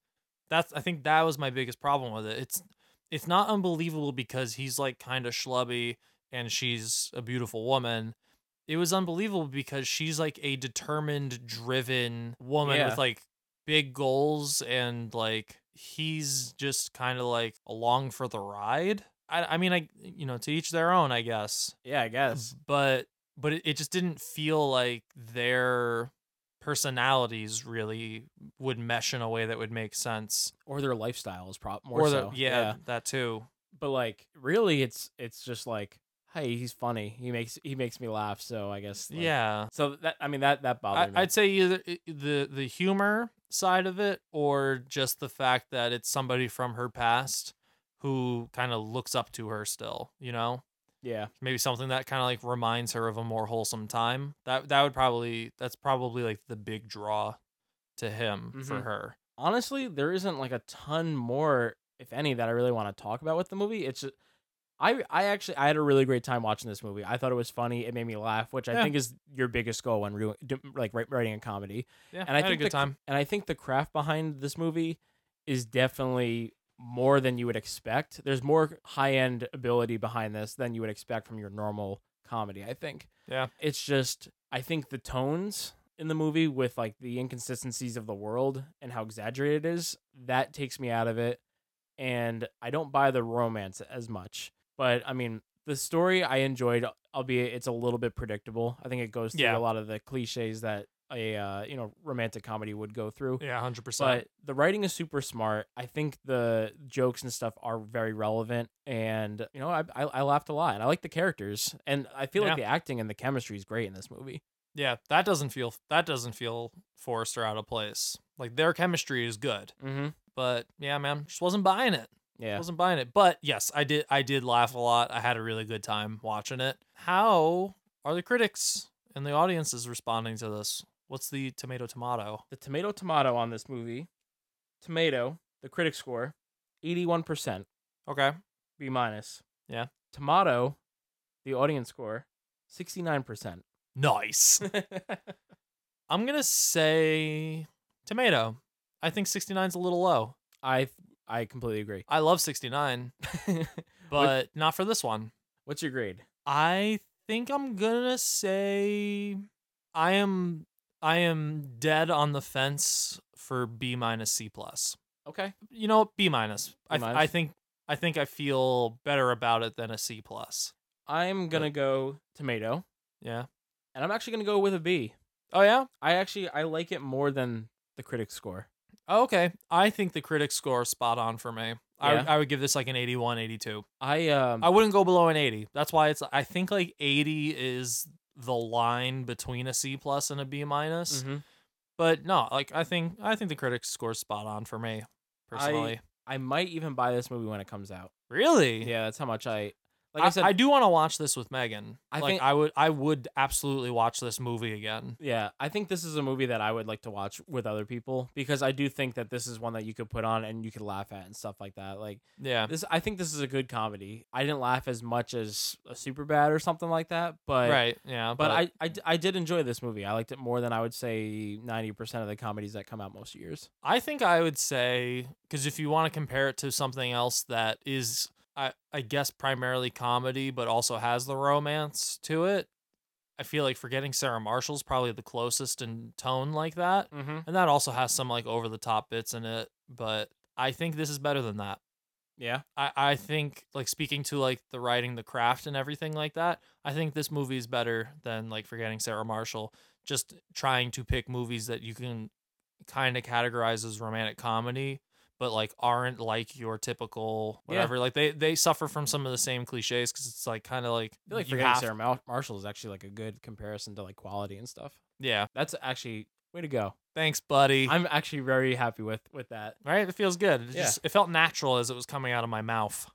[SPEAKER 6] That's I think that was my biggest problem with it. It's it's not unbelievable because he's like kind of schlubby and she's a beautiful woman. It was unbelievable because she's like a determined, driven woman
[SPEAKER 7] Yeah.
[SPEAKER 6] with like big goals and like he's just kind of like along for the ride. I I mean I you know, to each their own, I guess
[SPEAKER 7] Yeah, I guess.
[SPEAKER 6] but but it, it just didn't feel like their personalities really would mesh in a way that would make sense
[SPEAKER 7] Or their lifestyle is prop more
[SPEAKER 6] or
[SPEAKER 7] so.
[SPEAKER 6] the, yeah, that too
[SPEAKER 7] but like really it's it's just like hey, he's funny. He makes he makes me laugh. So I guess like-
[SPEAKER 6] Yeah.
[SPEAKER 7] So that I mean that
[SPEAKER 6] I,
[SPEAKER 7] that bothered me.
[SPEAKER 6] I'd say either i- the the humor side of it or just the fact that it's somebody from her past who kind of looks up to her still, you know?
[SPEAKER 7] yeah.
[SPEAKER 6] Maybe something that kind of like reminds her of a more wholesome time. That that would probably that's probably like the big draw to him for
[SPEAKER 7] Mhm.
[SPEAKER 6] her.
[SPEAKER 7] honestly, there isn't like a ton more, if any, that I really want to talk about with the movie. It's just, I I actually I had a really great time watching this movie. I thought it was funny. It made me laugh, which I
[SPEAKER 6] Yeah.
[SPEAKER 7] think is your biggest goal when re- do- like wri- writing a comedy.
[SPEAKER 6] Yeah,
[SPEAKER 7] and I,
[SPEAKER 6] I had a
[SPEAKER 7] think
[SPEAKER 6] good
[SPEAKER 7] the,
[SPEAKER 6] time.
[SPEAKER 7] And I think the craft behind this movie is definitely more than you would expect. There's more high end ability behind this than you would expect from your normal comedy. I think.
[SPEAKER 6] Yeah.
[SPEAKER 7] It's just I think the tones in the movie with like the inconsistencies of the world and how exaggerated it is, that takes me out of it. And I don't buy the romance as much. But I mean, the story I enjoyed, albeit it's a little bit predictable. I think it goes through
[SPEAKER 6] Yeah.
[SPEAKER 7] a lot of the cliches that a uh, you know romantic comedy would go through.
[SPEAKER 6] Yeah, 100%.
[SPEAKER 7] But the writing is super smart. I think the jokes and stuff are very relevant, and you know, I I, I laughed a lot. And I like the characters, and I feel
[SPEAKER 6] Yeah.
[SPEAKER 7] like the acting and the chemistry is great in this movie.
[SPEAKER 6] Yeah, that doesn't feel that doesn't feel forced or out of place. Like their chemistry is good,
[SPEAKER 7] Mm-hmm.
[SPEAKER 6] but yeah, man, just wasn't buying it.
[SPEAKER 7] Yeah.
[SPEAKER 6] wasn't buying it. But yes, I did. I did laugh a lot. I had a really good time watching it. How are the critics and the audiences responding to this? What's the tomato tomato?
[SPEAKER 7] The tomato tomato on this movie, tomato the critic score, eighty one percent
[SPEAKER 6] Okay,
[SPEAKER 7] B minus.
[SPEAKER 6] Yeah.
[SPEAKER 7] Tomato, the audience score, sixty nine percent.
[SPEAKER 6] nice. I'm gonna say tomato. I think 69 is a little low.
[SPEAKER 7] [laughs] I I completely agree.
[SPEAKER 6] I love 69,
[SPEAKER 7] [laughs]
[SPEAKER 6] but not for this one.
[SPEAKER 7] What's your grade?
[SPEAKER 6] I think I'm gonna say I am I am dead on the fence for B minus C plus.
[SPEAKER 7] Okay.
[SPEAKER 6] You know, B minus. I, th-
[SPEAKER 7] minus?
[SPEAKER 6] I think I think I feel better about it than a C plus.
[SPEAKER 7] I'm gonna go tomato,
[SPEAKER 6] Yeah.
[SPEAKER 7] and I'm actually gonna go with a B.
[SPEAKER 6] Oh yeah.
[SPEAKER 7] I actually I like it more than the critic score.
[SPEAKER 6] Oh, okay. I think the critic score is spot on for me. I,
[SPEAKER 7] Yeah.
[SPEAKER 6] I would give this like an 81, 82.
[SPEAKER 7] I um
[SPEAKER 6] I wouldn't go below an 80. That's why it's I think like 80 is the line between a C plus and a B minus.
[SPEAKER 7] mhm.
[SPEAKER 6] but no like i think i think the critics score spot on for me personally
[SPEAKER 7] I might even buy this movie when it comes out.
[SPEAKER 6] really
[SPEAKER 7] Yeah, that's how much I like.
[SPEAKER 6] I,
[SPEAKER 7] I, said,
[SPEAKER 6] I do want to watch this with megan
[SPEAKER 7] I
[SPEAKER 6] like
[SPEAKER 7] think-
[SPEAKER 6] i would i would absolutely watch this movie again
[SPEAKER 7] yeah, I think this is a movie that I would like to watch with other people because I do think that this is one that you could put on and you could laugh at and stuff like that. Like
[SPEAKER 6] yeah
[SPEAKER 7] this, I think this is a good comedy. I didn't laugh as much as a super bad or something like that, but
[SPEAKER 6] right yeah
[SPEAKER 7] But I, I, d- I did enjoy this movie. I liked it more than I would say 90% of the comedies that come out most years.
[SPEAKER 6] I think I would say because if you want to compare it to something else that is, I, I guess, primarily comedy, but also has the romance to it, I feel like Forgetting Sarah Marshall's probably the closest in tone like that,
[SPEAKER 7] Mhm.
[SPEAKER 6] and that also has some like over the top bits in it. But I think this is better than that.
[SPEAKER 7] Yeah.
[SPEAKER 6] I, I think like speaking to like the writing, the craft, and everything like that. I think this movie is better than like Forgetting Sarah Marshall. Just trying to pick movies that you can kind of categorize as romantic comedy, but like aren't like your typical
[SPEAKER 7] Yeah.
[SPEAKER 6] whatever. Like they they suffer from some of the same cliches because it's like kind of like,
[SPEAKER 7] I feel like
[SPEAKER 6] you
[SPEAKER 7] Forgetting
[SPEAKER 6] have-
[SPEAKER 7] Sarah Mar- Marshall is actually like a good comparison to like quality and stuff.
[SPEAKER 6] Yeah,
[SPEAKER 7] That's actually way to go.
[SPEAKER 6] thanks, buddy.
[SPEAKER 7] I'm actually very happy with with that [laughs]
[SPEAKER 6] right, it feels good. It
[SPEAKER 7] Yeah.
[SPEAKER 6] just it felt natural as it was coming out of my mouth.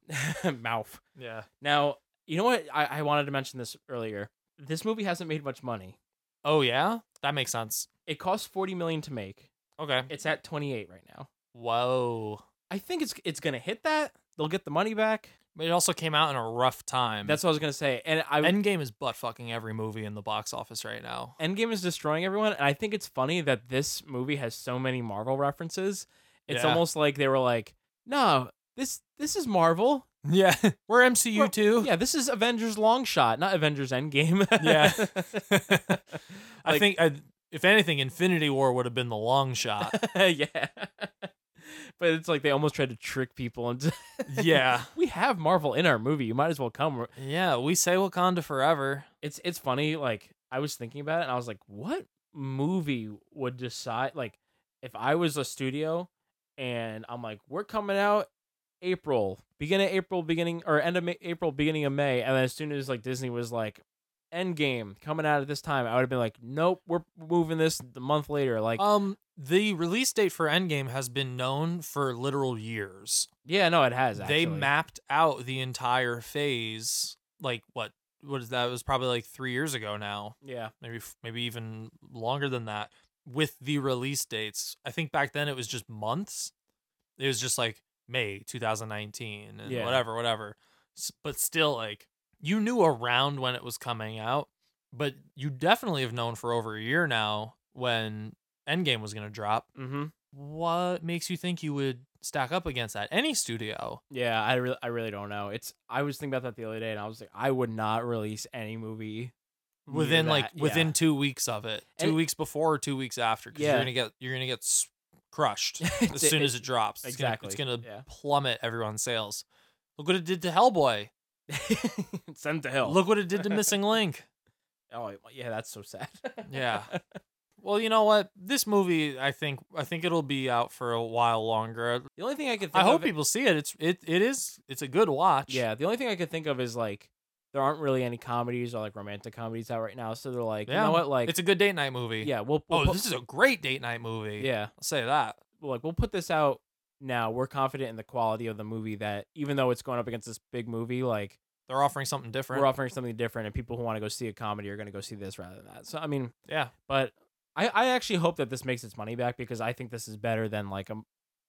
[SPEAKER 7] mouth.
[SPEAKER 6] Yeah.
[SPEAKER 7] Now, you know what? I, I wanted to mention this earlier. This movie hasn't made much money.
[SPEAKER 6] Oh yeah, that makes sense.
[SPEAKER 7] It costs 40 million to make.
[SPEAKER 6] Okay.
[SPEAKER 7] It's at 28 right now.
[SPEAKER 6] Whoa.
[SPEAKER 7] I think it's it's going to hit that. They'll get the money back.
[SPEAKER 6] But it also came out in a rough time.
[SPEAKER 7] That's what I was going to say. And I
[SPEAKER 6] Endgame is butt fucking every movie in the box office right
[SPEAKER 7] [laughs]
[SPEAKER 6] now.
[SPEAKER 7] Endgame is destroying everyone, and I think it's funny that this movie has so many Marvel references. It's
[SPEAKER 6] Yeah.
[SPEAKER 7] almost like they were like, "No, this this is Marvel.
[SPEAKER 6] Yeah, we're MCU
[SPEAKER 7] We're-
[SPEAKER 6] too.
[SPEAKER 7] Yeah, this is Avengers Long Shot, not Avengers Endgame." [laughs]
[SPEAKER 6] Yeah. I
[SPEAKER 7] Like-
[SPEAKER 6] think I, if anything, Infinity War would have been the long shot.
[SPEAKER 7] [laughs] yeah. But it's like they almost tried to trick people into.
[SPEAKER 6] yeah,
[SPEAKER 7] [laughs] we have Marvel in our movie. You might as well come.
[SPEAKER 6] yeah. We say Wakanda forever.
[SPEAKER 7] It's it's funny. Like I was thinking about it, and I was like, what movie would decide? Like, if I was a studio, and I'm like, we're coming out April, beginning of April, beginning or end of Ma- April, beginning of May, and then as soon as like Disney was like Endgame coming out at this time, I would have been like, nope, we're moving this the month later. Like,
[SPEAKER 6] Um, the release date for Endgame has been known for literal years.
[SPEAKER 7] yeah, no, it has.
[SPEAKER 6] They
[SPEAKER 7] Actually.
[SPEAKER 6] mapped out the entire phase. Like what? What is that? It was probably like three years ago now.
[SPEAKER 7] Yeah.
[SPEAKER 6] maybe f- maybe even longer than that with the release dates. I think back then it was just months. It was just like May 2019 and
[SPEAKER 7] Yeah.
[SPEAKER 6] whatever, whatever. S- But still, like you knew around when it was coming out, but you definitely have known for over a year now when Endgame was going to drop.
[SPEAKER 7] Mm-hmm.
[SPEAKER 6] What makes you think you would stack up against that? Any studio?
[SPEAKER 7] Yeah, I really, I really don't know. It's I was thinking about that the other day, and I was like, I would not release any movie near
[SPEAKER 6] within like
[SPEAKER 7] that. Yeah.
[SPEAKER 6] within two weeks of it, two
[SPEAKER 7] And-
[SPEAKER 6] weeks before or two weeks after, because
[SPEAKER 7] Yeah.
[SPEAKER 6] you're gonna get you're gonna get s-
[SPEAKER 7] [laughs]
[SPEAKER 6] crushed as
[SPEAKER 7] It's-
[SPEAKER 6] soon
[SPEAKER 7] it-
[SPEAKER 6] as it drops. It's gonna-
[SPEAKER 7] exactly,
[SPEAKER 6] it's gonna
[SPEAKER 7] yeah.
[SPEAKER 6] plummet everyone's sales. Look what it did to Hellboy.
[SPEAKER 7] [laughs] send to hell.
[SPEAKER 6] Look what it did
[SPEAKER 7] [laughs]
[SPEAKER 6] to Missing Link.
[SPEAKER 7] Oh yeah, that's so sad. [laughs]
[SPEAKER 6] Yeah. Well, you know what? This movie, I think, I think it'll be out for a while longer.
[SPEAKER 7] The only thing I could think
[SPEAKER 6] I hope
[SPEAKER 7] of-
[SPEAKER 6] people see it. It's it it is it's a good watch.
[SPEAKER 7] Yeah, the only thing I could think of is like there aren't really any comedies or like romantic comedies out right now, so they're like, you
[SPEAKER 6] Yeah.
[SPEAKER 7] know what, like
[SPEAKER 6] it's a good date night movie.
[SPEAKER 7] yeah, we'll, we'll
[SPEAKER 6] Oh,
[SPEAKER 7] put-
[SPEAKER 6] this is a great date night movie.
[SPEAKER 7] yeah,
[SPEAKER 6] I'll say that.
[SPEAKER 7] we'll, like we'll put this out now. We're confident in the quality of the movie that even though it's going up against this big movie, like
[SPEAKER 6] They're offering something different.
[SPEAKER 7] we're offering something different, and people who want to go see a comedy are going to go see this rather than that. So I mean,
[SPEAKER 6] yeah.
[SPEAKER 7] but I I actually hope that this makes its money back because I think this is better than like a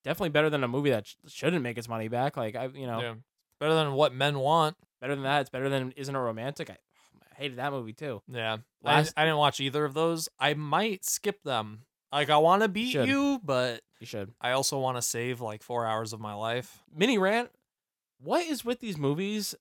[SPEAKER 7] definitely better than a movie that sh- shouldn't make its money back. Like I you know
[SPEAKER 6] Yeah. Better than what men want.
[SPEAKER 7] better than that. It's better than isn't a romantic. I, oh, I hated that movie too.
[SPEAKER 6] Yeah. I,
[SPEAKER 7] Last-
[SPEAKER 6] didn't- I didn't watch either of those. I might skip them. Like I want to beat
[SPEAKER 7] should.
[SPEAKER 6] you, but
[SPEAKER 7] You should.
[SPEAKER 6] I also want to save like 4 hours of my life.
[SPEAKER 7] mini rant. What is with these movies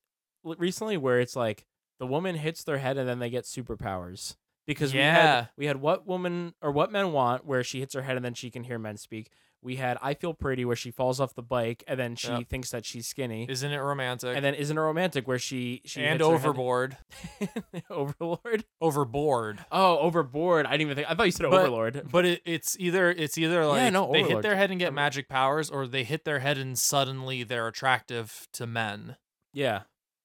[SPEAKER 7] l- recently where it's like the woman hits their head and then they get superpowers? Because we
[SPEAKER 6] Yeah.
[SPEAKER 7] had we had what woman or what men want where she hits her head and then she can hear men speak. We had I feel pretty where she falls off the bike and then she
[SPEAKER 6] Yep.
[SPEAKER 7] thinks that she's skinny.
[SPEAKER 6] Isn't it romantic?
[SPEAKER 7] and then isn't it romantic where she she
[SPEAKER 6] and
[SPEAKER 7] hits her head-
[SPEAKER 6] overboard.
[SPEAKER 7] [laughs] overlord [laughs]
[SPEAKER 6] Overboard.
[SPEAKER 7] oh overboard I didn't even think I thought you said
[SPEAKER 6] But-
[SPEAKER 7] overlord
[SPEAKER 6] But it, it's either it's either like
[SPEAKER 7] no,
[SPEAKER 6] they hit
[SPEAKER 7] Overlord.
[SPEAKER 6] their head and get magic powers or they hit their head and suddenly they're attractive to men.
[SPEAKER 7] yeah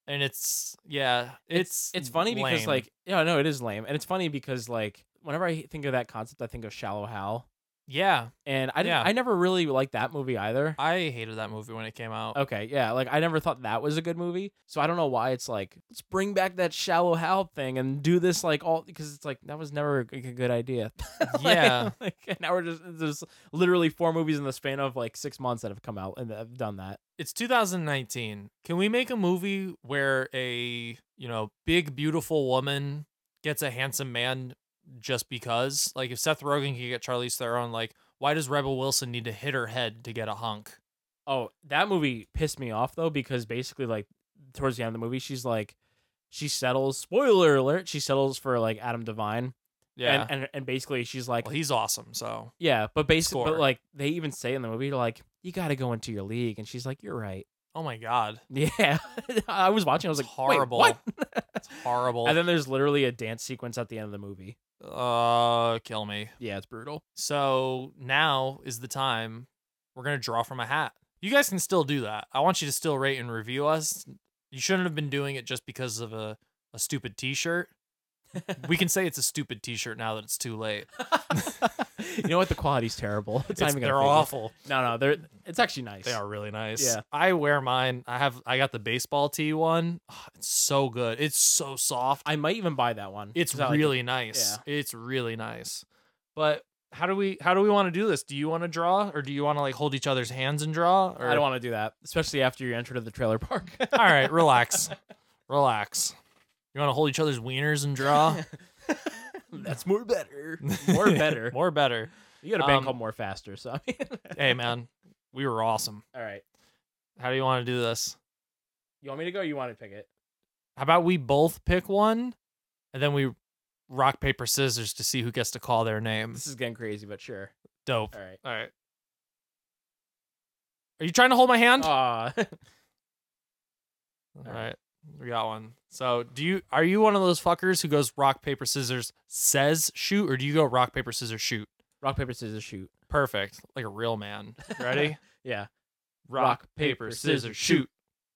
[SPEAKER 6] And it's yeah, it's
[SPEAKER 7] it's funny because
[SPEAKER 6] lame.
[SPEAKER 7] like yeah no it is lame and it's funny because like whenever I think of that concept I think of Shallow Hal
[SPEAKER 6] yeah,
[SPEAKER 7] and I didn't,
[SPEAKER 6] Yeah.
[SPEAKER 7] I never really liked that movie either.
[SPEAKER 6] I hated that movie when it came out.
[SPEAKER 7] Okay, yeah, like I never thought that was a good movie, so I don't know why it's like let's bring back that shallow Hal thing and do this like all because it's like that was never a g- a good idea. [laughs] Like-
[SPEAKER 6] Yeah.
[SPEAKER 7] like, and now we're just there's literally four movies in the span of like six months that have come out and that have done that.
[SPEAKER 6] it's 2019. Can we make a movie where a, you know, big beautiful woman gets a handsome man just because? Like if Seth Rogen can get Charlize Theron, like why does Rebel Wilson need to hit her head to get a hunk?
[SPEAKER 7] Oh, that movie pissed me off though because basically like towards the end of the movie she's like she settles spoiler alert she settles for like Adam Devine
[SPEAKER 6] Yeah.
[SPEAKER 7] and, and and basically she's like
[SPEAKER 6] well, he's awesome, so.
[SPEAKER 7] Yeah, but basically, but
[SPEAKER 6] score.
[SPEAKER 7] like they even say in the movie, like you got to go into your league, and she's like, "You're right." [laughs]
[SPEAKER 6] Oh my god.
[SPEAKER 7] Yeah, [laughs] I was watching. I was
[SPEAKER 6] It's
[SPEAKER 7] like,
[SPEAKER 6] horrible.
[SPEAKER 7] Wait, what?
[SPEAKER 6] It's horrible.
[SPEAKER 7] and then there's literally a dance sequence at the end of the movie.
[SPEAKER 6] uh kill me.
[SPEAKER 7] Yeah,
[SPEAKER 6] [laughs]
[SPEAKER 7] it's brutal.
[SPEAKER 6] So now is the time we're gonna draw from a hat. You guys can still do that. I want you to still rate and review us. You shouldn't have been doing it just because of a, a stupid
[SPEAKER 7] [laughs]
[SPEAKER 6] T-shirt. we can say it's a stupid T-shirt now that it's too late.
[SPEAKER 7] [laughs] you know what? The quality's terrible. [laughs] It's, not
[SPEAKER 6] It's-
[SPEAKER 7] even gonna
[SPEAKER 6] they're
[SPEAKER 7] fake it.
[SPEAKER 6] awful.
[SPEAKER 7] No, no, they're. It's actually nice.
[SPEAKER 6] They are really nice.
[SPEAKER 7] Yeah.
[SPEAKER 6] I wear mine. I have. I got the baseball tee one. Ah, It's so good. It's so soft.
[SPEAKER 7] I might even buy that one.
[SPEAKER 6] It's
[SPEAKER 7] 'cause I like it.
[SPEAKER 6] really nice. It's really nice. But how do we? How do we want to do this? Do you want to draw, or do you want to like hold each other's hands and draw? Or
[SPEAKER 7] I don't want to do that, especially after your entry to the trailer park.
[SPEAKER 6] [laughs] All right, relax. relax. You want to hold each other's wieners and
[SPEAKER 7] [laughs]
[SPEAKER 6] draw?
[SPEAKER 7] That's more better. More better.
[SPEAKER 6] [laughs] More better.
[SPEAKER 7] You got a band
[SPEAKER 6] Um,
[SPEAKER 7] called More Faster, so I mean.
[SPEAKER 6] [laughs] Hey, man, we were awesome.
[SPEAKER 7] All right.
[SPEAKER 6] How do you want to do this?
[SPEAKER 7] You want me to go? Or you want to pick it?
[SPEAKER 6] How about we both pick one and then we rock, paper, scissors to see who gets to call their name?
[SPEAKER 7] This is getting crazy, but sure.
[SPEAKER 6] Dope.
[SPEAKER 7] All right.
[SPEAKER 6] All right. Are you trying to hold my hand?
[SPEAKER 7] [laughs] Ah,
[SPEAKER 6] All right. We got one. So, do you are you one of those fuckers who goes rock, paper, scissors, says shoot, or do you go rock, paper, scissors, shoot?
[SPEAKER 7] rock paper scissors shoot.
[SPEAKER 6] [laughs] Perfect. Like a real man. Ready?
[SPEAKER 7] Yeah.
[SPEAKER 6] Rock, paper, scissors, shoot.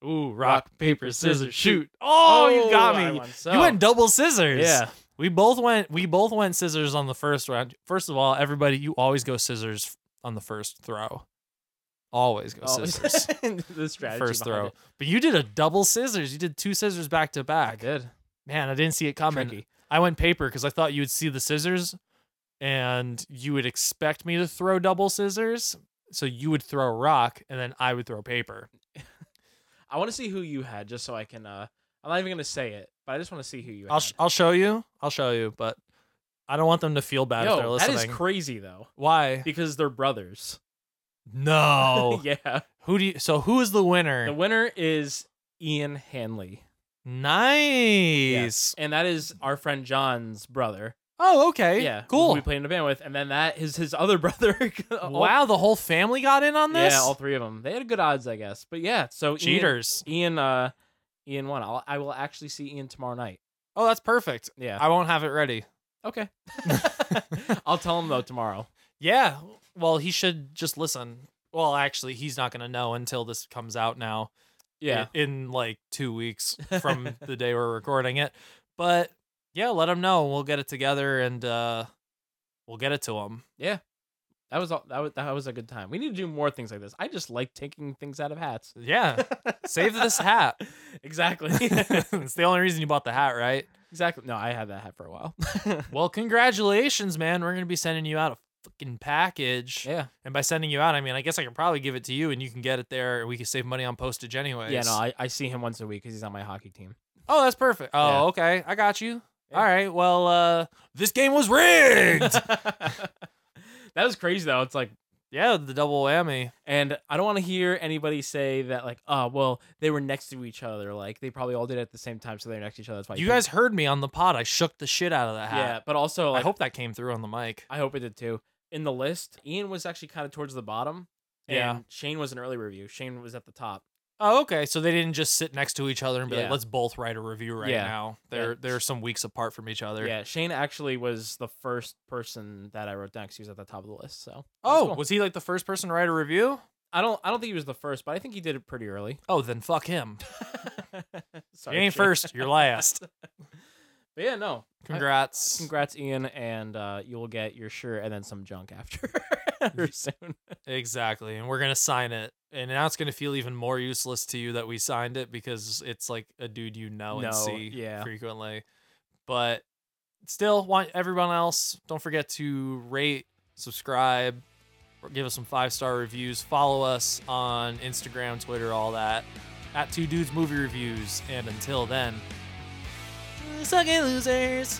[SPEAKER 6] Ooh, rock, paper, scissors, shoot. Oh, you got
[SPEAKER 7] I
[SPEAKER 6] me.
[SPEAKER 7] won so.
[SPEAKER 6] You went double scissors.
[SPEAKER 7] [laughs] Yeah.
[SPEAKER 6] We both went we both went scissors on the first round. First of all, everybody, you always go scissors on the first throw. Always go [laughs]
[SPEAKER 7] Always.
[SPEAKER 6] scissors.
[SPEAKER 7] [laughs] the strategy
[SPEAKER 6] first
[SPEAKER 7] behind
[SPEAKER 6] throw.
[SPEAKER 7] it.
[SPEAKER 6] But you did a double scissors. You did two scissors back to back. I
[SPEAKER 7] did.
[SPEAKER 6] Man, I didn't see it coming.
[SPEAKER 7] Tricky.
[SPEAKER 6] I went paper because I thought you would see the scissors and you would expect me to throw double scissors. So you would throw rock and then I would throw paper.
[SPEAKER 7] I want to see who you had just so I can. uh I'm not even gonna say it, but I just want to see who you
[SPEAKER 6] I'll,
[SPEAKER 7] had.
[SPEAKER 6] sh- I'll show you. I'll show you, but I don't want them to feel bad if they're
[SPEAKER 7] Yo, that
[SPEAKER 6] listening.
[SPEAKER 7] is crazy though, [laughs]
[SPEAKER 6] Why?
[SPEAKER 7] because they're brothers.
[SPEAKER 6] No.
[SPEAKER 7] [laughs] yeah.
[SPEAKER 6] Who do you? So who is the winner?
[SPEAKER 7] The winner is Ian Hanley. Yeah.
[SPEAKER 6] nice.
[SPEAKER 7] And that is our friend John's brother.
[SPEAKER 6] Oh, okay.
[SPEAKER 7] yeah. who
[SPEAKER 6] Cool.
[SPEAKER 7] We played in a band with, and then that is his [laughs] other brother. All-
[SPEAKER 6] wow, the whole family got in on this.
[SPEAKER 7] Yeah, all three of them. They had good odds, I guess. But yeah, so Ian-
[SPEAKER 6] Cheaters.
[SPEAKER 7] Ian, uh, Ian won. I'll, I will actually see Ian tomorrow night.
[SPEAKER 6] oh, that's perfect.
[SPEAKER 7] Yeah.
[SPEAKER 6] I won't have it ready.
[SPEAKER 7] [laughs] okay. I'll tell him though tomorrow.
[SPEAKER 6] Yeah. Well, he should just listen. Well, actually, he's not going to know until this comes out now.
[SPEAKER 7] Yeah.
[SPEAKER 6] i- In like two weeks
[SPEAKER 7] [laughs]
[SPEAKER 6] from the day we're recording it. But yeah, let him know. We'll get it together and uh, we'll get it to him.
[SPEAKER 7] Yeah. That was all. That was, that was a good time. We need to do more things like this. I just like taking things out of [laughs] hats.
[SPEAKER 6] Yeah. Save this hat.
[SPEAKER 7] [laughs] Exactly. [laughs]
[SPEAKER 6] it's the only reason you bought the hat, right?
[SPEAKER 7] exactly. No, I had that hat for a while. [laughs]
[SPEAKER 6] Well, congratulations, man. We're going to be sending you out a fucking package.
[SPEAKER 7] yeah.
[SPEAKER 6] And by sending you out, I mean, I guess I could probably give it to you and you can get it there and we can save money on postage anyways.
[SPEAKER 7] Yeah. No, I, I see him once a week because he's on my hockey [laughs] team.
[SPEAKER 6] Oh, that's perfect. Oh,
[SPEAKER 7] Yeah.
[SPEAKER 6] okay. I got you.
[SPEAKER 7] Yeah.
[SPEAKER 6] All right. Well, uh this game was
[SPEAKER 7] [laughs]
[SPEAKER 6] rigged.
[SPEAKER 7] that was crazy though. It's like,
[SPEAKER 6] yeah, the double whammy.
[SPEAKER 7] and I don't want to hear anybody say that like, oh, well, they were next to each other. Like they probably all did it at the same time, so they're next to each other. That's why
[SPEAKER 6] You
[SPEAKER 7] picked-
[SPEAKER 6] guys heard me on the pod. I shook the shit out of that
[SPEAKER 7] yeah.
[SPEAKER 6] hat.
[SPEAKER 7] But also, like,
[SPEAKER 6] I hope that came through on the mic.
[SPEAKER 7] I hope it did too. In the list, Ian was actually kind of towards the bottom.
[SPEAKER 6] Yeah.
[SPEAKER 7] and Shane was an early review. Shane was at the top.
[SPEAKER 6] Oh, okay. So they didn't just sit next to each other and be like,
[SPEAKER 7] Yeah.
[SPEAKER 6] "Let's both write a review right
[SPEAKER 7] Yeah.
[SPEAKER 6] now." They're
[SPEAKER 7] Yeah.
[SPEAKER 6] they're some weeks apart from each other.
[SPEAKER 7] Yeah, Shane actually was the first person that I wrote down because he was at the top of the list. So, that was
[SPEAKER 6] Oh,
[SPEAKER 7] cool.
[SPEAKER 6] was he like the first person to write a review?
[SPEAKER 7] I don't I don't think he was the first, but I think he did it pretty early.
[SPEAKER 6] [laughs]
[SPEAKER 7] [laughs]
[SPEAKER 6] Oh, then fuck him.
[SPEAKER 7] Sorry,
[SPEAKER 6] you ain't
[SPEAKER 7] Shane.
[SPEAKER 6] first, you're last.
[SPEAKER 7] [laughs] But yeah, no. I-
[SPEAKER 6] Congrats.
[SPEAKER 7] Congrats, Ian, and uh, you will get your shirt and then some junk after [laughs] or soon.
[SPEAKER 6] Exactly. And we're going to sign it. And now it's going to feel even more useless to you that we signed it because it's like a dude you know
[SPEAKER 7] No,
[SPEAKER 6] and see
[SPEAKER 7] yeah.
[SPEAKER 6] frequently. But still, want everyone else, don't forget to rate, subscribe, or give us some five star reviews. Follow us on Instagram, Twitter, all that at Two Dudes Movie Reviews. And until then, suck it, losers.